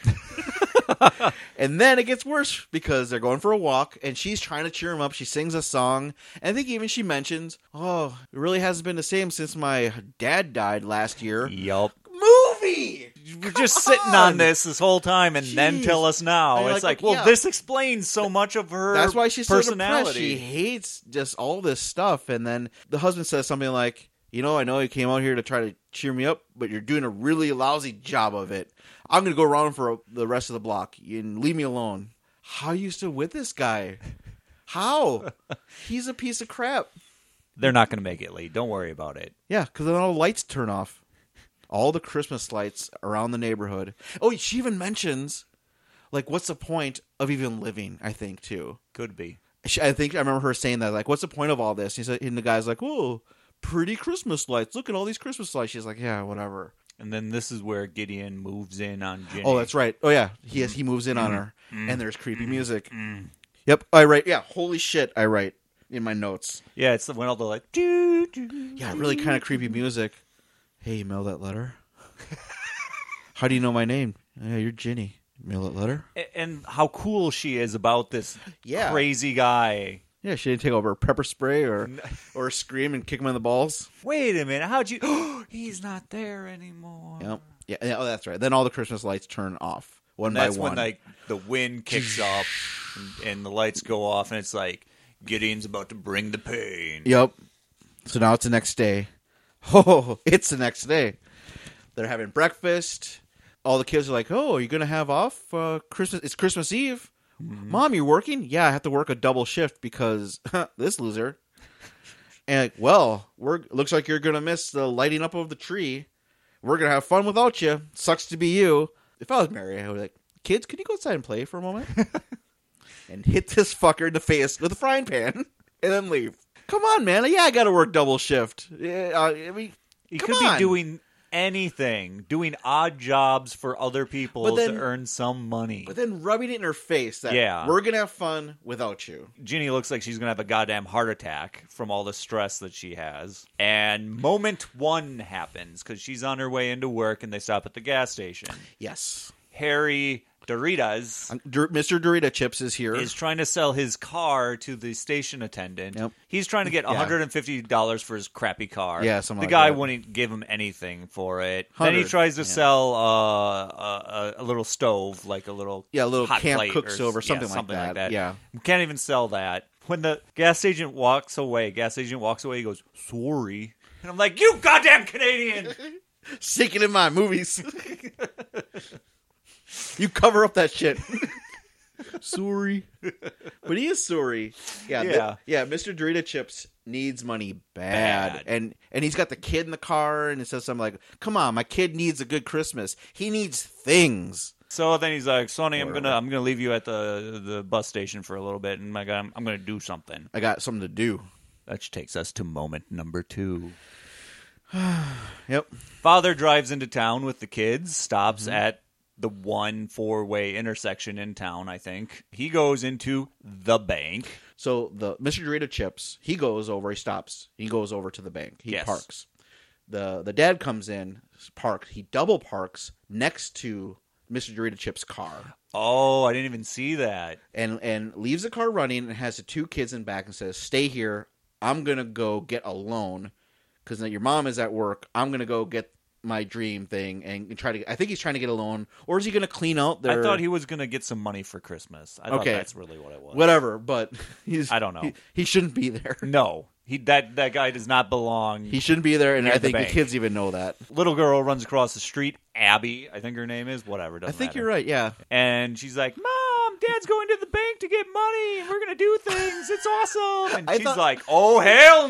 And then it gets worse because they're going for a walk and she's trying to cheer him up. She sings a song. And I think even she mentions, Oh, it really hasn't been the same since my dad died last year.
Yup.
Movie!
We're just sitting on
on!
this this whole time, and then
Jeez.
tell us now.
I
it's
like-
like, well,
yeah.
this explains so much of her.
That's why she's so depressed. She
personality.
hates just all this stuff. And then the husband says something like, "You know, I know you came out here to try to cheer me up, but you're doing a really lousy job of it. I'm going to go around for the rest of the block and leave me alone." How are you still with this guy? How? He's a piece of crap.
they're not going to make it, Lee. Don't worry about it.
Yeah, because then all the lights turn off. All the Christmas lights around the neighborhood. Oh, she even mentions, like, what's the point of even living? I think too.
Could be.
She, I think I remember her saying that. Like, what's the point of all this? He's like, and the guy's like, "Whoa, pretty Christmas lights! Look at all these Christmas lights." She's like, "Yeah, whatever."
And then this is where Gideon moves in on Ginny.
Oh, that's right. Oh yeah, he has, he moves in
Mm-hmm.
on her, and there's creepy music. Yep, I write. Yeah, holy shit, I write in my notes.
yeah. It's the- when all the like, doo, doo,
Yeah, really kind of creepy music. Hey, you mail that letter. How do you know my name? Yeah, you're Ginny. Mail that letter.
A- and how cool she is about this
Yeah.
crazy guy.
Yeah, she didn't take over pepper spray or or scream and kick him in the balls.
Wait a minute, how'd you? He's not there anymore.
Yep. Yeah. yeah, Oh, that's right. Then all the Christmas lights turn off one
And that's
by one.
when like the wind kicks up and, and the lights go off, and it's like Gideon's about to bring the pain.
Yep. So now it's the next day. Oh, it's the next day. They're having breakfast. All the kids are like, "Oh, are you gonna have off uh, Christmas? It's Christmas Eve. Mom, you're working? Yeah, I have to work a double shift because this loser." And like, well, we're looks like you're gonna miss the lighting up of the tree. We're gonna have fun without you. Sucks to be you. If I was Mary, I would be like, "Kids, can you go outside and play for a moment?" and hit this fucker in the face with a frying pan and then leave. Come on, man. Yeah, I got to work double shift. Yeah, uh, I mean,
He
come
could
on.
be doing anything, doing odd jobs for other people
But then-
to earn some money.
But then rubbing it in her face that
Yeah.
we're going to have fun without you.
Ginny looks like she's gonna have a goddamn heart attack from all the stress that she has. And moment one happens because she's on her way into work, and they stop at the gas station.
Yes.
Harry Doritas.
Um, Dur- Mr. Dorita Chips is here.
is trying to sell his car to the station attendant.
Yep.
He's trying to get $150 for his crappy car.
Yeah, something
The
like
guy
that.
wouldn't give him anything for it. Then he
100,
tries to
yeah.
sell uh, a, a, a little stove, like a little
Yeah, a little
hot
camp
plate
cook
or s-
stove or
yeah,
something like
something
that, yeah.
Can't even sell that. When the gas agent walks away, gas agent walks away, he goes, sorry. And I'm like, you goddamn Canadian!
Stick it in my movies. you cover up that shit. sorry. But he is sorry. Yeah. th-
Yeah.
yeah. Mr. Dorita Chips needs money bad.
Bad.
And and he's got the kid in the car and it says something like, Come on, my kid needs a good Christmas. He needs things.
So then he's like, Sonny, I'm
Whatever.
gonna I'm gonna leave you at the the bus station for a little bit, and my God, I'm, I'm gonna do something.
I got something to do.
That takes us to moment number two.
Yep.
Father drives into town with the kids, stops
Mm-hmm.
at the one four way intersection in town, I think. He goes into the bank.
So the Mr. Dorito chips. He goes over. He stops. He goes over to the bank. He
Yes.
parks. The the dad comes in. Parks. He double parks next to Mr. Dorito Chip's car
Oh, I didn't even see that.
and and leaves the car running and has the two kids in back and says, "Stay here. I'm gonna go get a loan because your mom is at work. I'm gonna go get." My dream thing, and try to. I think he's trying to get a loan, or is he going to clean out their?
I thought he was going to get some money for Christmas. I thought
Okay.
that's really what it was.
whatever, but he's.
I don't know.
He, he shouldn't be there.
No, he that that guy does not belong.
He shouldn't be there, and
Near
I
the
think the,
bank.
kids even know that.
Little girl runs across the street. Abby, I think her name is. Whatever.
I
Doesn't
think
matter.
you're right. Yeah,
And she's like, Mom, Dad's going to the bank to get money. and We're going to do things. It's awesome. And
I
she's
thought-
like, Oh, hell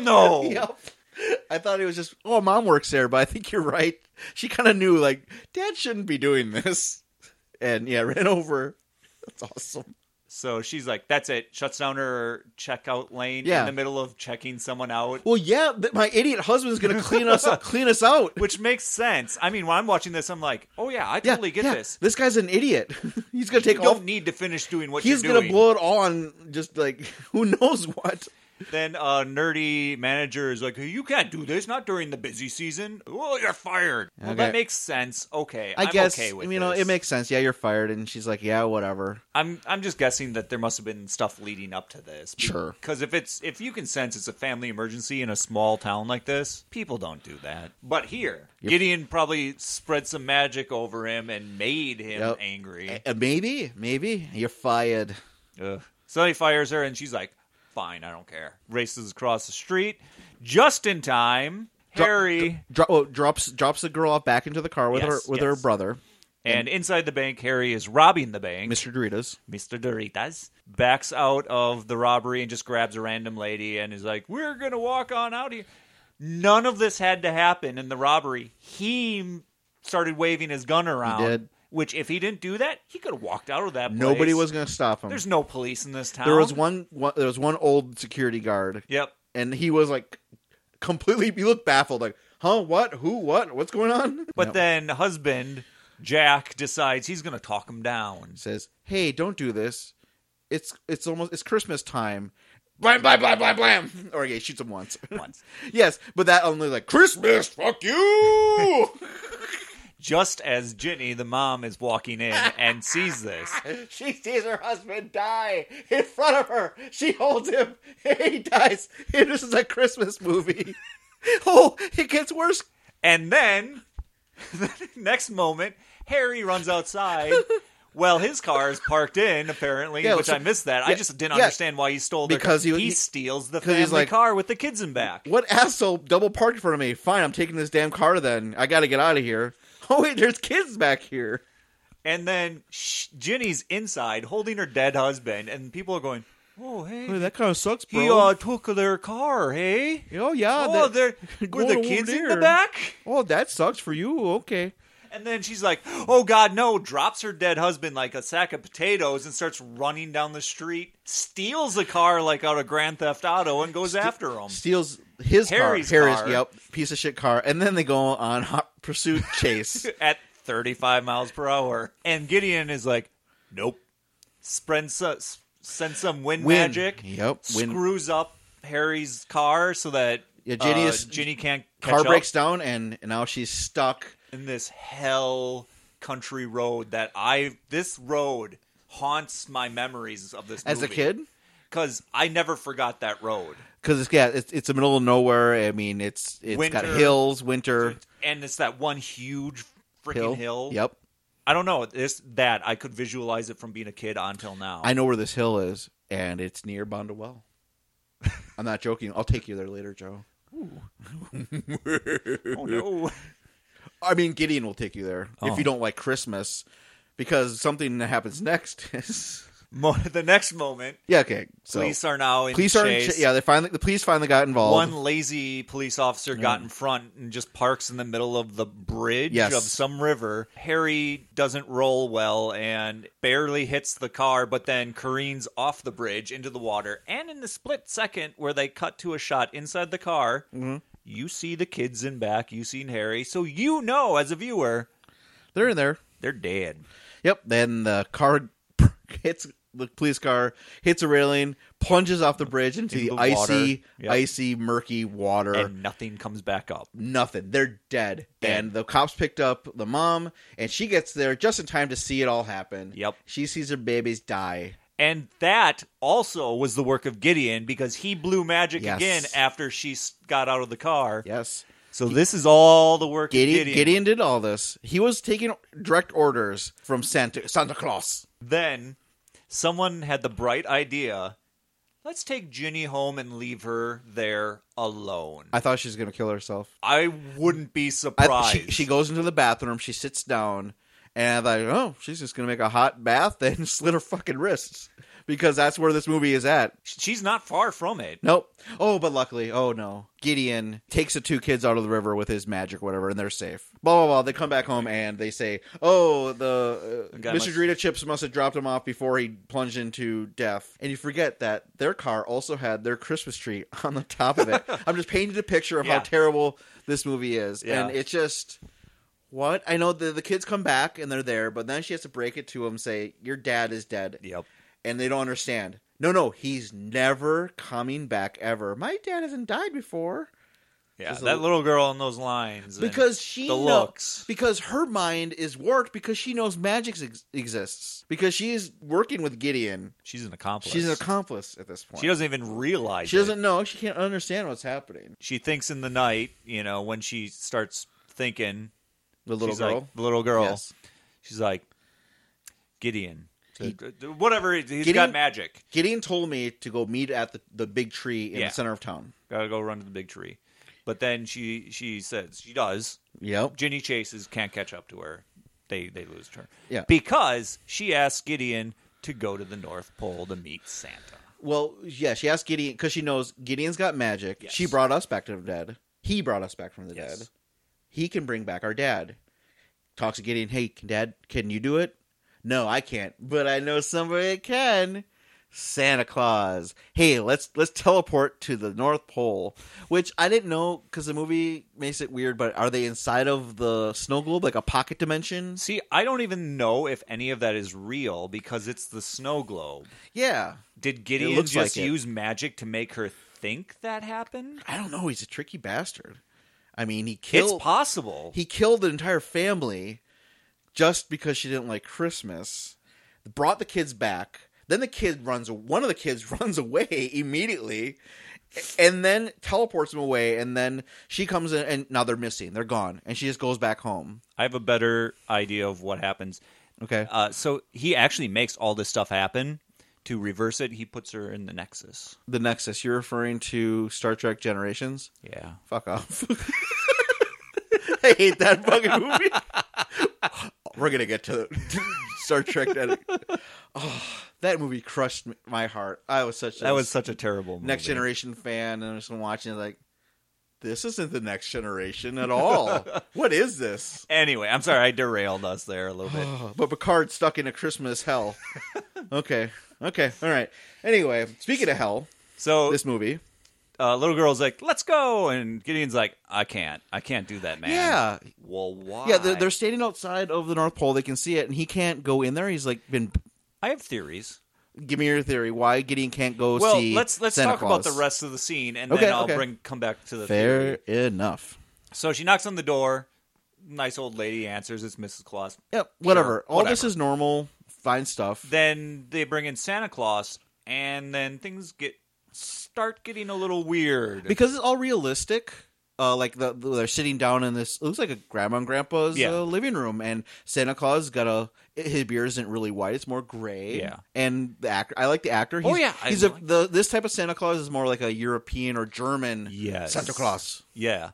no.
Yep. I thought it was just, oh, mom works there, but I think you're right. She kind of knew, like, dad shouldn't be doing this. and yeah, ran over. That's awesome.
So she's like, "That's it." Shuts down her checkout lane
Yeah.
in the middle of checking someone out,
Well, yeah, th- my idiot husband's gonna clean us up, clean us out.
which makes sense. I mean, when I'm watching this, I'm like, "Oh yeah, I
Yeah,
totally get
yeah,
this."
This guy's an idiot. he's gonna take
You
all.
don't need to finish doing what
He's
you're
gonna
doing.
blow it all on just like who knows what.
Then a nerdy manager is like, "You can't do this. Not during the busy season. Oh, you're fired." Well,
Okay.
that makes sense. Okay,
I
am
guess
okay with
you know
this.
it makes sense. Yeah, you're fired, and she's like, yeah, whatever.
I'm I'm just guessing that there must have been stuff leading up to this.
Sure.
Because if it's if you can sense it's a family emergency in a small town like this, people don't do that. But here, Gideon probably spread some magic over him and made him
Yep.
angry.
Uh, maybe, maybe you're fired.
Ugh. So he fires her, and she's like, "Fine, I don't care." Races across the street just in time.
Dro-
Harry
Dro- oh, drops drops the girl off back into the car with
Yes,
her with her
yes.
brother,
and inside the bank, Harry is robbing the bank.
Mr. Doritos.
Mr. Doritas backs out of the robbery and just grabs a random lady and is like, "We're gonna walk on out here." None of this had to happen in the robbery. He m- started waving his gun around,
did.
which if he didn't do that, he could have walked out of that. Place.
Nobody was gonna stop him.
There's no police in this town.
there was one, one there was one old security guard,
Yep.
and he was like completely. He looked baffled, like, huh, what, who, what, what's going on?
But
No.
then husband Jack decides he's gonna talk him down.
says, "Hey, don't do this. It's it's almost it's Christmas time." Blam blam blam blam blam. Or yeah, he shoots him once.
Once.
yes, but that only like Christmas. Fuck you.
Just as Ginny, the mom, is walking in and sees this.
she sees her husband die in front of her. She holds him. He dies. And this is a Christmas movie. oh, it gets worse.
And then, the next moment, Harry runs outside. well, his car is parked in, apparently,
Yeah,
which
so-
I missed that. I
yeah,
just didn't
yeah.
understand why he stole their
Because
car.
he-
he,
he-
steals the
'cause
family
he's like-
car with the kids in back.
What asshole double parked in front of me? Fine, I'm taking this damn car. Then I got to get out of here. Oh wait, there's kids back here.
And then shh, Ginny's inside holding her dead husband, and people are going, Oh, hey.
that kind of sucks,
He uh, took their car, hey?
oh yeah.
oh,
that-
there were
going
the
over
kids in the
there.
back?
Oh, that sucks for you. Okay.
And then she's like, "Oh God, no!" Drops her dead husband like a sack of potatoes and starts running down the street. Steals a car like out of Grand Theft Auto and goes after him.
Steals his
Harry's
car. Harry's,
car.
yep, piece of shit car. And then they go on hot pursuit chase.
at 35 miles per hour. And Gideon is like, "Nope." Spreads some, sends some wind,
Wind.
magic.
Yep, wind.
Screws up Harry's car so that
Yeah, Ginny
uh,
is-
Ginny can't catch
car
up
breaks down, and now she's stuck.
in this hell country road that I this road haunts my memories of this
As a
movie.
kid,
because I never forgot that road.
because it's yeah, it's, it's the middle of nowhere. I mean, it's it's got
Winter.
hills, winter,
And it's that one huge freaking
hill.
hill.
Yep,
I don't know. This that I could visualize it from being a kid until now.
I know where this hill is, and it's near Bondwell. I'm not joking. I'll take you there later, Joe.
oh no.
I mean, Gideon will take you there if
Oh.
you don't like Christmas, because something that happens next is
Mo- the next moment,
yeah. Okay, so
police are now in
police are in
chase.
ch- yeah they finally the police finally got involved
One lazy police officer got in front and just parks in the middle of the bridge
Yes.
of some river. Harry doesn't roll well and barely hits the car, but then careens off the bridge into the water. And in the split second where they cut to a shot inside the car,
Mm-hmm.
you see the kids in back, you seen Harry. So you know, as a viewer,
they're in there
they're dead.
yep then the car hits the police car hits a railing plunges off the bridge into,
Into
the,
the
icy
water. Yep.
icy murky water
And nothing comes back up.
nothing they're dead.
Dead.
and the cops picked up the mom and she gets there just in time to see it all happen
Yep.
she sees her babies die
And that also was the work of Gideon because he blew magic
Yes.
again after she s- got out of the car.
yes
So this is all the work
Gideon,
of Gideon.
Gideon did all this. He was taking direct orders from Santa Santa Claus.
Then someone had the bright idea let's take Ginny home and leave her there alone.
I thought she was going to kill herself.
I wouldn't be
I,
surprised.
she, she goes into the bathroom. She sits down, and I thought, oh, she's just gonna make a hot bath and slit her fucking wrists because that's where this movie is at.
She's not far from it.
Nope. Oh, but luckily, oh no, Gideon takes the two kids out of the river with his magic, whatever, and they're safe. Blah blah blah. They come back home and they say, oh, the uh,
got
Mr.
much-
Dorito Chips must have dropped him off before he plunged into death. And you forget that their car also had their Christmas tree on the top of it. I'm just painting a picture of
Yeah.
how terrible this movie is.
Yeah.
And it's just what? I know the the kids come back and they're there, but then she has to break it to him say your dad is dead.
Yep.
And they don't understand. No, no, he's never coming back ever. My dad hasn't died before.
Yeah.
Just a
That
li-
little girl on those lines. and
because she
the
kno-
looks.
because her mind is worked because she knows magic ex- exists because she is working with Gideon.
she's an accomplice.
She's an accomplice at this point.
She doesn't even realize.
She
it.
doesn't know. She can't understand what's happening.
She thinks in the night. You know when she starts thinking.
The little
she's
girl.
Like, the little girl.
Yes.
She's like Gideon.
He-
Whatever. he- He's
Gideon-
got magic.
Gideon told me to go meet at the, the big tree in
Yeah.
the center of town.
Gotta go run to the big tree. But then she she says she does.
Yep.
Ginny chases can't catch up to her. They they lose her.
Yeah.
Because she asked Gideon to go to the North Pole to meet Santa.
Well, yeah, she asked Gideon because she knows Gideon's got magic.
Yes.
She brought us back to the dead. He brought us back from the
Yes.
dead. He can bring back our dad. Talks to Gideon. Hey, can Dad, can you do it? No, I can't, but I know somebody that can. Santa Claus. Hey, let's let's teleport to the North Pole, which I didn't know because the movie makes it weird. But are they inside of the snow globe, like a pocket dimension?
See, I don't even know if any of that is real because it's the snow globe.
Yeah,
Did Gideon
looks
just
like it.
use magic to make her think that happened?
I don't know. He's a tricky bastard. I mean, he killed.
it's possible.
he killed an entire family just because she didn't like Christmas. Brought the kids back. Then the kid runs. One of the kids runs away immediately, and then teleports him away. And then she comes in, and now they're missing. They're gone, and she just goes back home.
I have a better idea of what happens.
Okay.
Uh, so he actually makes all this stuff happen. To reverse it, he puts her in the Nexus.
the Nexus. You're referring to Star Trek Generations.
Yeah.
Fuck off. I hate that fucking movie. We're gonna get to Star Trek. That oh, that movie crushed m- my heart. I was such a
That was such a terrible movie.
next generation fan, and I was watching it like, this isn't the next generation at all. what is this?
Anyway, I'm sorry I derailed us there a little bit.
Oh, but Picard stuck in a Christmas hell. okay, okay, all right. Anyway, speaking of hell,
So
this movie.
uh, little girl's like, "Let's go," and Gideon's like, "I can't, I can't do that, man."
Yeah,
Well, why?
yeah. They're, they're standing outside of the North Pole. They can see it, and he can't go in there. He's like been
I have theories.
give me your theory why Gideon can't go
Well,
see.
let's let's
Santa
talk
Claus.
about the rest of the scene, and
Okay,
then I'll
okay.
bring come back to the
Fair
theory.
enough.
So she knocks on the door. Nice old lady answers. It's Mrs. Claus.
Yep. Whatever.
Sure,
All this
whatever.
is normal. Fine stuff.
Then they bring in Santa Claus, and then things get start getting a little weird.
because it's all realistic. Uh, like the, the- they're sitting down in this it looks like a grandma and grandpa's
Yeah.
uh, living room, and Santa Claus got a his beard isn't really white; it's more gray.
Yeah.
and the actor I like the actor. He's,
Oh, yeah, I
he's a,
like-
the this type of Santa Claus is more like a European or German
Yes.
Santa Claus.
Yeah.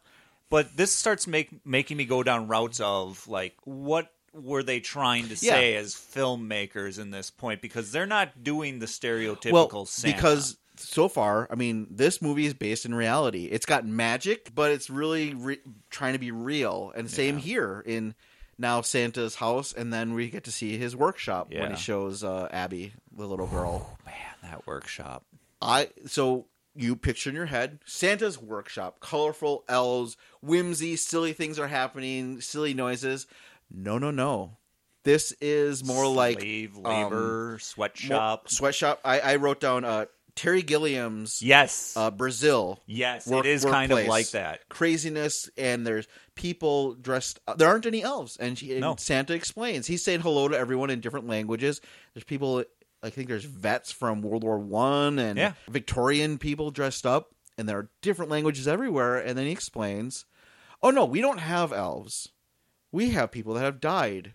But this starts make, making me go down routes of like what were they trying to
Yeah.
say as filmmakers in this point because they're not doing the stereotypical
well,
Santa.
because so far, I mean, this movie is based in reality. It's got magic, but it's really re- trying to be real. And same
Yeah.
here in now Santa's house, and then we get to see his workshop when
Yeah.
he shows uh, Abby, the little girl.
Oh, man, that workshop.
I so you picture in your head Santa's workshop, colorful elves, whimsy, silly things are happening, silly noises. No, no, no. This is more like
slave
um,
labor sweatshop.
Mo- sweatshop. I, I wrote down uh, Terry Gilliam's
yes.
uh, Brazil
yes,
work-
it is kind of
workplace.
like that.
craziness, and there's people dressed. uh, There aren't any elves, and, she, and
No.
Santa explains. He's saying hello to everyone in different languages. There's people. I think there's vets from World War One and
Yeah.
Victorian people dressed up, and there are different languages everywhere. And then he explains, "Oh no, we don't have elves. We have people that have died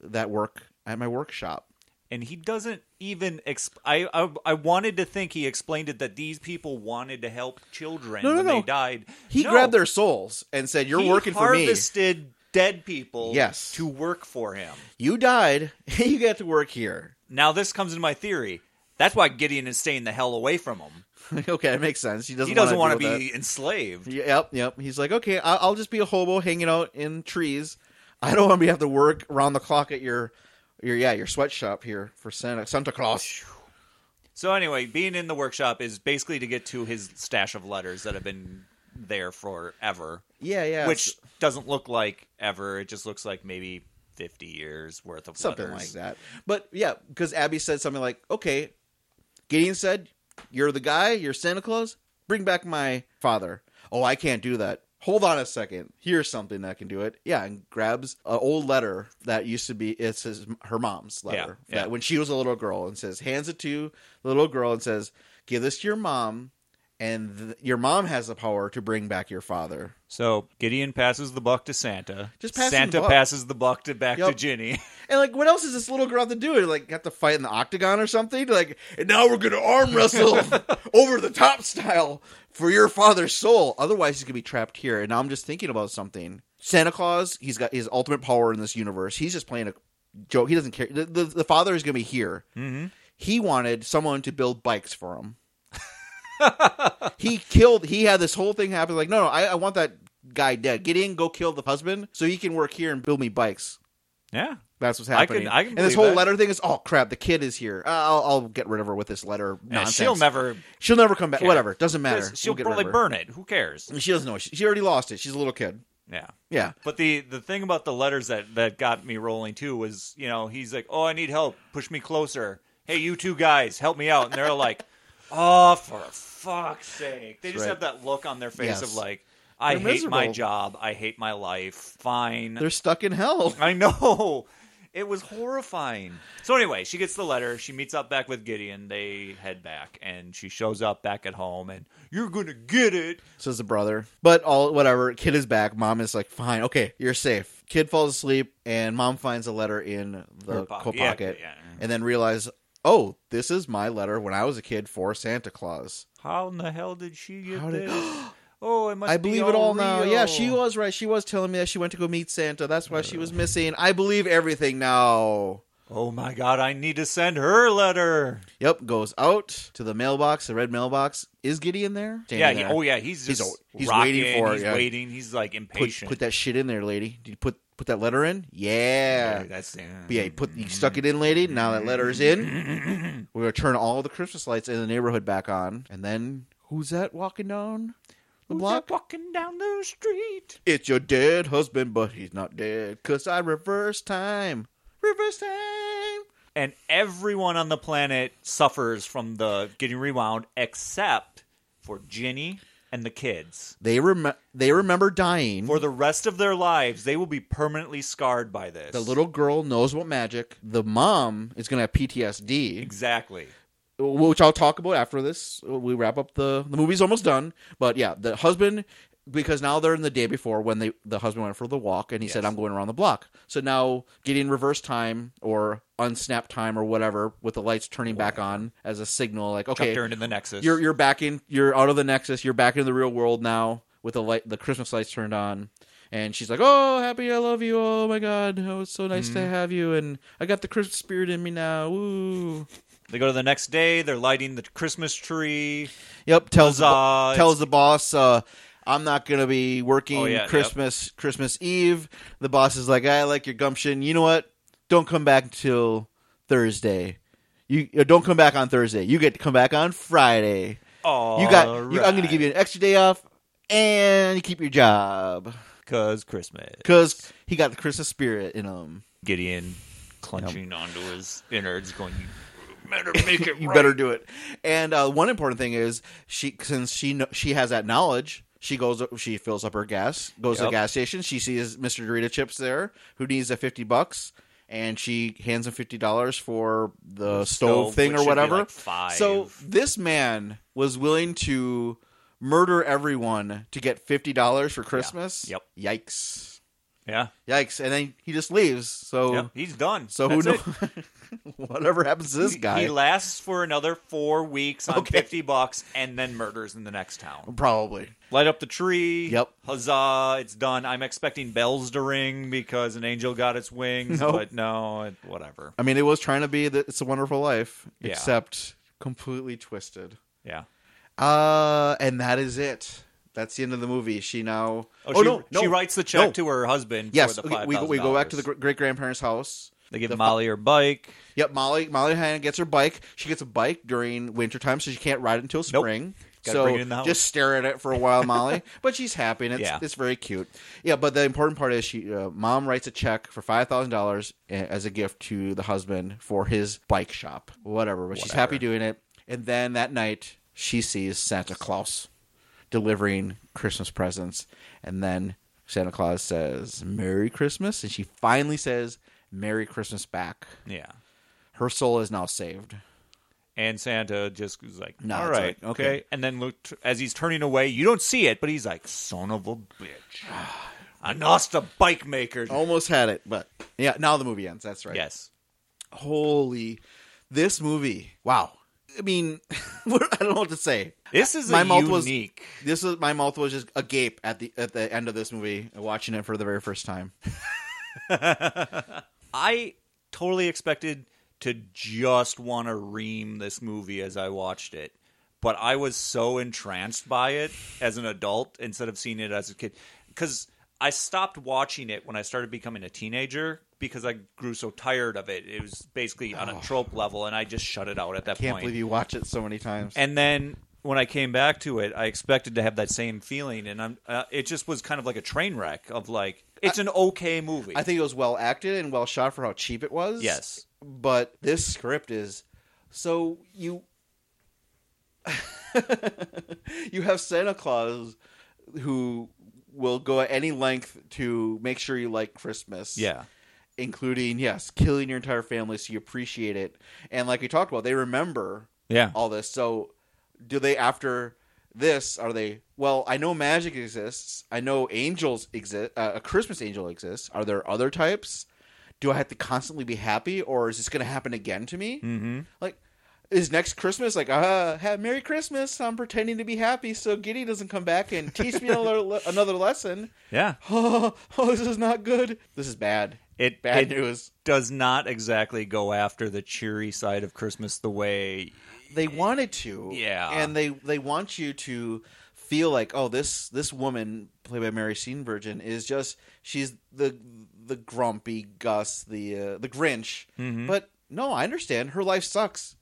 that work at my workshop."
And he doesn't even exp- I, I I wanted to think he explained it that these people wanted to help children
No, no,
when
no.
they died.
He
No.
grabbed their souls and said, "You're
He
working for me.
harvested dead people
Yes.
to work for him.
You died. you get to work here."
Now this comes into my theory. That's why Gideon is staying the hell away from him.
okay, that makes sense. He doesn't.
he doesn't
want to
be enslaved.
Yep, yep. He's like, okay, I- I'll just be a hobo hanging out in trees. I don't want to have to work around the clock at your your yeah your sweatshop here for Santa Santa Claus.
So anyway, being in the workshop is basically to get to his stash of letters that have been there forever,
Yeah, yeah,
which doesn't look like ever. It just looks like maybe fifty years worth of
something
letters.
like that. But yeah, because Abby said something like, "Okay," Gideon said, "You're the guy. You're Santa Claus. Bring back my father." Oh, I can't do that. Hold on a second. Here's something that can do it. Yeah, and grabs an old letter that used to be it's his, her mom's letter
Yeah, yeah.
that when she was a little girl, and says hands it to the little girl and says, "Give this to your mom." And th- your mom has the power to bring back your father.
So Gideon passes the buck to Santa.
Just pass him
Santa
the buck.
passes the buck to back to
Yup.
Ginny.
And like, what else is this little girl have to do? Like, have to fight in the octagon or something? Like, and now we're gonna arm wrestle over the top style for your father's soul. Otherwise, he's gonna be trapped here. And now I'm just thinking about something. Santa Claus, he's got his ultimate power in this universe. He's just playing a joke. He doesn't care. The, the, the father is gonna be here.
mm-hmm.
He wanted someone to build bikes for him. he killed. He had this whole thing happen. Like, no, no, I, I want that guy dead. Get in, go kill the husband, so he can work here and build me bikes.
Yeah.
That's what's
I can-
happening.
I
and
can
this
believe
whole
that.
letter thing is, oh crap, the kid is here. Uh, I'll, I'll get rid of her with this letter
And
nonsense.
she'll never.
She'll never come back.
care.
Whatever, doesn't matter.
She'll
We'll get rid
probably
of her.
burn it. Who cares?
She doesn't know. She, she already lost it. She's a little kid.
Yeah.
Yeah,
But the the thing about the letters that that got me rolling too was, you know, he's like, "Oh, I need help. Push me closer. Hey, you two guys, help me out." And they're like, "Oh, for fuck's sake!" They just
right.
have that look on their face of
Yes.
like, "I
They're
hate my
miserable.
job. I hate my life. Fine."
they're stuck in hell.
I know. It was horrifying. So anyway, she gets the letter. She meets up back with Gideon. They head back, and she shows up back at home. And you're gonna get it.
Says the brother. But all whatever. Kid is back. Mom is like, fine, okay, you're safe. Kid falls asleep, and mom finds a letter in the
Her
coat
pocket.
pocket,
Yeah, yeah, yeah.
and then realize, oh, this is my letter when I was a kid for Santa Claus.
How in the hell did she get
How did-
this? oh, it must.
I
be
believe it all now. Yeah,
real.
she was right. She was telling me that she went to go meet Santa. That's why she was missing. I believe everything now.
Oh my god, I need to send her a letter.
Yep, goes out to the mailbox, the red mailbox. Is Gideon there? Standing
yeah. He,
there.
oh yeah, he's
He's
just
o- he's
rocking,
waiting for it,
He's
yeah.
waiting. He's like
put,
impatient.
put that shit in there, lady. Did you put put that letter in? Yeah.
yeah, that's yeah.
But yeah, you put you stuck it in, lady. Now that letter is in. We're gonna turn all the Christmas lights in the neighborhood back on, and then who's that walking down the
Who's
block?
that walking down the street.
It's your dead husband, but he's not dead. Cause I reverse time. Reverse time.
and everyone on the planet suffers from the getting rewound except for Ginny and the kids.
They rem- they remember dying.
For the rest of their lives, they will be permanently scarred by this.
the little girl knows what magic. The mom is gonna have PTSD,
exactly.
which I'll talk about after this. We wrap up the the movie's almost done, but yeah, the husband because now they're in the day before when they the husband went for the walk and he said
Yes.
I'm going around the block. So now getting reverse time or unsnap time or whatever with the lights turning back on as a signal like okay
Chucked her into the Nexus.
you're you're back in you're out of the nexus you're back into the real world now with the light the christmas lights turned on and she's like oh happy i love you oh my god oh it's so nice to have you and i got the christmas spirit in me now Woo.
they go to the next day. They're lighting the Christmas tree.
yep tells the,
Huzzah,
bo-
it's-
tells the boss uh I'm not gonna be working
Oh, yeah, yep.
Christmas Christmas Eve. The boss is like, I like your gumption. You know what? Don't come back until Thursday. You uh, don't come back on Thursday. You get to come back on Friday.
Oh,
You got. You, I'm going to give you an extra day off, and you keep your job
because Christmas.
because he got the Christmas spirit in him.
Gideon clenching onto his innards, going, "You better make it
You
right."
better do it. And uh, one important thing is she, since she kn- she has that knowledge, she goes. She fills up her gas. Goes to the
Yep.
gas station. She sees Mister Dorita Chips there, who needs a fifty bucks. And she hands him fifty dollars for the, stove,
stove,
thing
which
or
should be
whatever.
like five.
So this man was willing to murder everyone to get fifty dollars for Christmas.
Yep.
Yikes.
Yeah,
Yikes! And then he just leaves. So,
Yep, he's done.
so who
That's
knows?
it.
Whatever happens to this
He-
guy,
He lasts for another four weeks on
Okay.
fifty bucks, and then murders in the next town.
probably.
Light up the tree.
Yep.
Huzzah! It's done. I'm expecting bells to ring because an angel got its wings,
Nope.
but no, it, whatever.
I mean, it was trying to be that it's a wonderful life,
Yeah.
except completely twisted.
Yeah.
Uh, and that is it. That's the end of the movie. She now.
Oh, she,
no, no,
she writes the check
no.
to her husband
Yes,
for the
okay,
five
we
thousand.
we go back to the great grandparents' house.
They give Molly her bike.
Yep, Molly Molly Hanna gets her bike. She gets a bike during wintertime, so she can't ride it until spring.
Gotta
So
bring it in the house.
just stare at it for a while, Molly. but she's happy, and it's,
Yeah.
it's very cute. Yeah, but the important part is she uh, mom writes a check for five thousand dollars eh, as a gift to the husband for his bike shop, whatever. But she's happy doing it. And then that night, she sees Santa Claus delivering Christmas presents, and then Santa Claus says "Merry Christmas," and she finally says "Merry Christmas" back
Yeah.
her soul is now saved.
And Santa just was like,
No,
all
it's
right,
all right.
okay.
Okay.
And then look, as he's turning away, you don't see it, but he's like, son of a bitch. I lost a bike maker.
Almost had it, but yeah, now the movie ends. That's Oh, right.
Yes.
Holy, this movie! Wow. I mean, what- I don't know what to say.
This is
My
a
mouth was-
unique.
This is my mouth was just agape at the at the end of this movie, watching it for the very first time.
I totally expected to just want to ream this movie as I watched it, but I was so entranced by it as an adult instead of seeing it as a kid because I stopped watching it when I started becoming a teenager because I grew so tired of it. It was basically on a trope level, and I just shut it out at that
Oh. Can't
point.
believe you watch it so many times.
And then when I came back to it, I expected to have that same feeling, and I'm uh, it just was kind of like a train wreck of like it's an okay movie.
I think it was well acted and well shot for how cheap it was.
Yes.
but this script is so you you have Santa Claus who will go at any length to make sure you like Christmas.
yeah.
Including, yes, killing your entire family so you appreciate it. And like we talked about, they remember
Yeah.
all this. So, do they after this? Are they well? I know magic exists. I know angels exist. Uh, a Christmas angel exists. Are there other types? Do I have to constantly be happy, or is this going to happen again to me? Mm-hmm. Like, is next Christmas like, uh, have Merry Christmas? I'm pretending to be happy so Giddy doesn't come back and teach me another another lesson.
Yeah.
Oh, oh, this is not good. This is bad.
It,
Bad
it
news.
does not exactly go after the cheery side of Christmas the way.
they wanted to
Yeah.
and they they want you to feel like oh this this woman played by mary steenburgen is just she's the the grumpy gus the uh, the grinch but no i understand her life sucks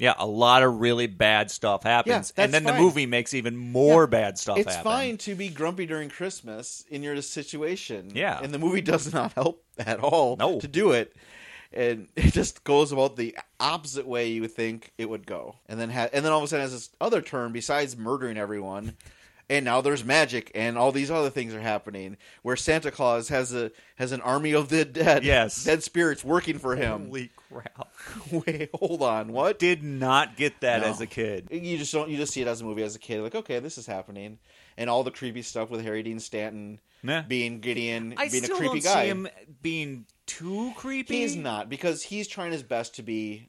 Yeah, a lot of really bad stuff happens,
Yeah,
and then
that's
the
fine.
movie makes even more
Yeah,
bad stuff.
it's
happen.
fine to be grumpy during christmas in your situation
Yeah.
and the movie does not help at all
No.
to do it and it just goes about the opposite way you would think it would go and then ha- and then all of a sudden has this other turn besides murdering everyone and now there's magic and all these other things are happening where santa claus has a has an army of the dead
Yes.
dead spirits working for him
Holy crap!
wait hold on what
Did not get that
No.
as a kid.
you just don't you just see it as a movie as a kid like okay this is happening and all the creepy stuff with harry dean stanton
Nah.
being gideon
I
being
still
a creepy
don't
guy
see him being too creepy.
he's not because he's trying his best to be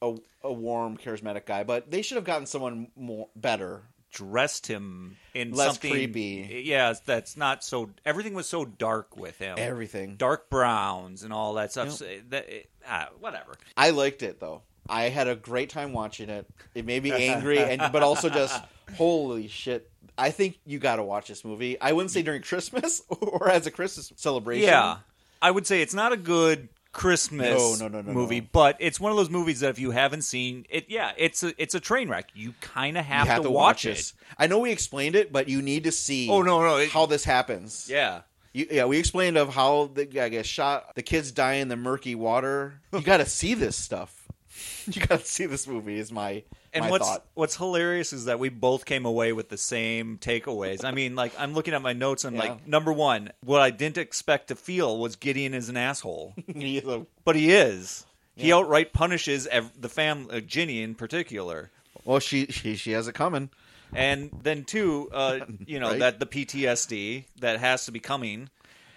a, a warm charismatic guy but they should have gotten someone more better
dressed him in
Less
something
creepy.
Yeah, that's not so. Everything was so dark with him.
everything
dark browns and all that stuff. So that, ah, whatever.
i liked it though i had a great time watching it it made me angry and but also just holy shit i think you gotta watch this movie i wouldn't say during christmas or as a christmas celebration
Yeah, I would say it's not a good Christmas
No, no, no, no,
movie,
no.
but it's one of those movies that if you haven't seen it, yeah, it's a it's a train wreck. You kind of have,
you have
to,
to
watch, it.
this. I know we explained it, but you need to see.
Oh, no, no, it-
how this happens?
Yeah,
You- yeah, we explained of how the guy gets shot, the kids die in the murky water. You got to see this stuff. You got to see this movie. Is my
and
my
what's
thought.
what's hilarious is that we both came away with the same takeaways. I mean, like I'm looking at my notes and
Yeah.
like number one, what I didn't expect to feel was Gideon is an asshole,
He's a-
but he is. He outright punishes ev- the family, uh, Ginny in particular.
well, she, she she has it coming.
and then two, uh, you know
Right.
that the PTSD that has to be coming,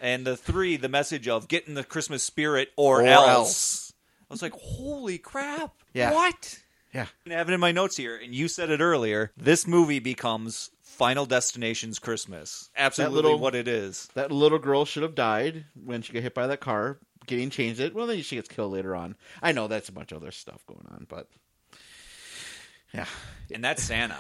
and the three, the message of get in the Christmas spirit or,
Or
else.
else.
I was like, holy crap!
Yeah.
What?
Yeah,
I have it in my notes here, and you said it earlier. This movie becomes Final Destination's Christmas. Absolutely,
little-
what it is.
that little girl should have died when she got hit by that car. Getting changed it. Well, then she gets killed later on. I know that's a bunch of other stuff going on, but yeah,
And that's Santa.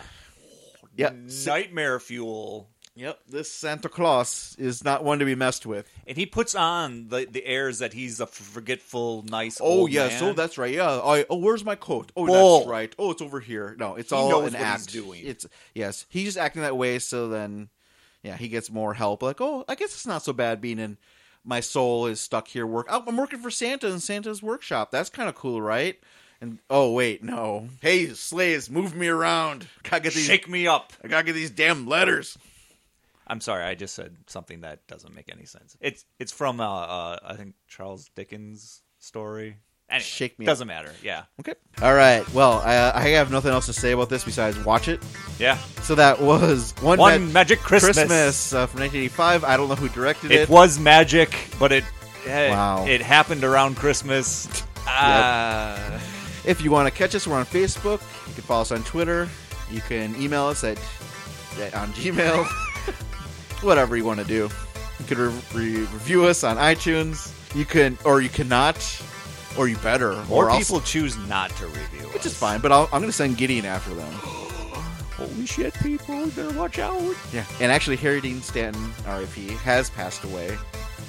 yeah.
Mm, Nightmare fuel
Yep, this Santa Claus is not one to be messed with.
And he puts on the, the airs that he's a forgetful, nice.
Oh
old
yeah,
man.
so that's right. Yeah. I, oh, where's my coat? Oh,
Bull.
that's right. Oh, it's over here. No, it's
He
all
knows
an
what he's
act.
doing.
It's yes, he's just acting that way. So then, yeah, he gets more help. Like, oh, I guess it's not so bad being in. My soul is stuck here. Work. Oh, I'm working for Santa in Santa's workshop. That's kind of cool, right? And oh wait, no. Hey, slaves, move me around. Gotta get these.
shake me up.
I gotta get these damn letters.
I'm sorry, I just said something that doesn't make any sense. It's it's from uh, uh I think Charles Dickens' story. Anyway,
Shake me up.
doesn't matter. Yeah,
Okay. All right. Well, I, I have nothing else to say about this besides watch it.
yeah.
So that was one,
One
Mag-
magic Christmas.
uh, from 1985. I don't know who directed it.
It was magic, but it eh,
Wow.
it happened around Christmas. Ah.
If you want to catch us, we're on Facebook. You can follow us on Twitter. You can email us at, at on Gmail. Whatever you want to do. You could re- re- review us on iTunes. You can, or you cannot, or you better.
More
or I'll-
people choose not to review,
which is
us.
fine. But I'll, I'm going to send Gideon after them.
Holy shit, people! You better watch out.
Yeah, and actually, Harry Dean Stanton, R.I.P., has passed away,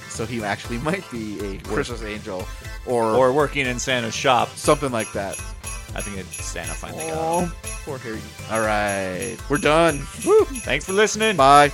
so he actually might be a Christmas angel or,
Or working in Santa's shop.
something like that.
I think it's Santa finally got.
Oh, poor Harry. All right, we're done.
it. Thanks for listening.
Bye.